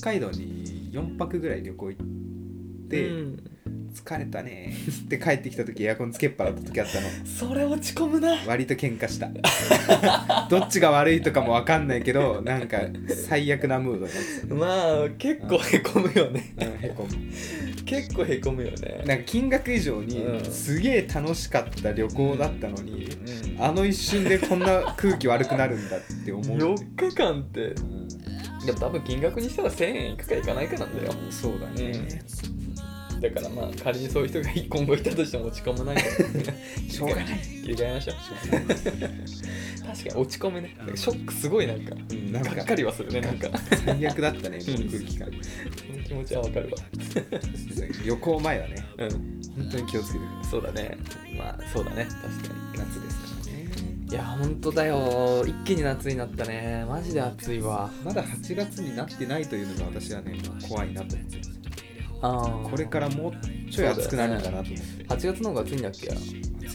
Speaker 1: 北海道に4泊ぐらい旅行行って、
Speaker 2: うん、
Speaker 1: 疲れたねーっつって帰ってきた時エアコンつけっぱだった時あったの
Speaker 2: それ落ち込むな
Speaker 1: 割と喧嘩した どっちが悪いとかも分かんないけどなんか最悪なムードになって
Speaker 2: まあ結構へこむよね
Speaker 1: た、うん、へこむ
Speaker 2: 結構へこむよね
Speaker 1: なんか金額以上に
Speaker 2: うん
Speaker 1: すげえ楽しかった旅行だったのに、
Speaker 2: うん
Speaker 1: あの一瞬でこんな空気悪くなるんだって思うよね、
Speaker 2: 4日間って
Speaker 1: うん
Speaker 2: でも多分金額にしたら1000円いくかいかないかなんだよ
Speaker 1: そうだね、
Speaker 2: うんだからまあ仮にそういう人が今後いたとしても落ち込まないから
Speaker 1: しょうがない、
Speaker 2: 切り替えましょう確かに落ち込むねなんかショックすごいなんか
Speaker 1: うん、なんか
Speaker 2: がっかりはするねなんか
Speaker 1: 最悪だったねこの空気感
Speaker 2: その気持ちはわかるわ
Speaker 1: 旅行前はね
Speaker 2: うん
Speaker 1: 本当に気をつけてください
Speaker 2: そうだねまあそうだね確かに
Speaker 1: 夏ですからね
Speaker 2: いや本当だよ一気に夏になったねマジで暑いわ
Speaker 1: まだ8月になってないというのが私はね怖いなと思ってます
Speaker 2: あー
Speaker 1: これからもうちょい暑くなるんだなと思って、
Speaker 2: 8月の方が暑いんだっけ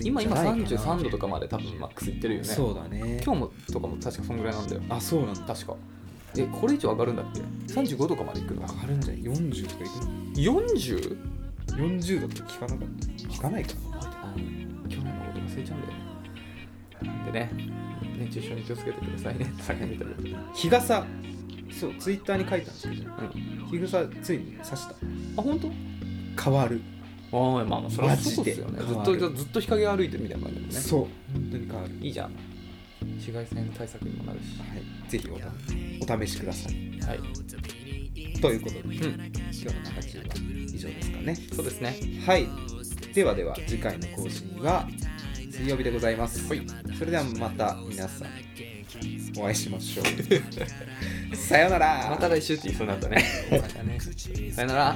Speaker 2: 今今33度とかまで多分マックスいってるよね
Speaker 1: そうだね
Speaker 2: 今日もとかも確かそんぐらいなんだよ
Speaker 1: あそうなんだ
Speaker 2: 確かえこれ以上上がるんだっけ35度かまでいくの
Speaker 1: 上がるんじゃない40とかいくの
Speaker 2: 40?
Speaker 1: 40度って聞かなかった聞かないか
Speaker 2: あの去年のこと忘れちゃうんだよねなんでね熱中症に気をつけてくださいねさっき見たら
Speaker 1: 日傘そうツイッターに書いたんですけど、
Speaker 2: ん
Speaker 1: 日傘ついに刺した
Speaker 2: あ本当
Speaker 1: 変わる、
Speaker 2: ああまあまあそれはそうですよね
Speaker 1: マジで
Speaker 2: ずっ
Speaker 1: 変わ
Speaker 2: と
Speaker 1: る
Speaker 2: ずっと日陰歩いてるみたいな感じだもんね
Speaker 1: そう本当に変わる
Speaker 2: いいじゃん紫外線対策にもなるし
Speaker 1: はい、ぜひおお試しください
Speaker 2: はい、
Speaker 1: ということで
Speaker 2: うん、
Speaker 1: 今日の中中は以上ですかね
Speaker 2: そうですね
Speaker 1: はいではでは次回の更新は水曜日でございます、
Speaker 2: はい
Speaker 1: それではまた皆さんお会いしましょう さようなら
Speaker 2: また来週って言いそうになったねまたねさよなら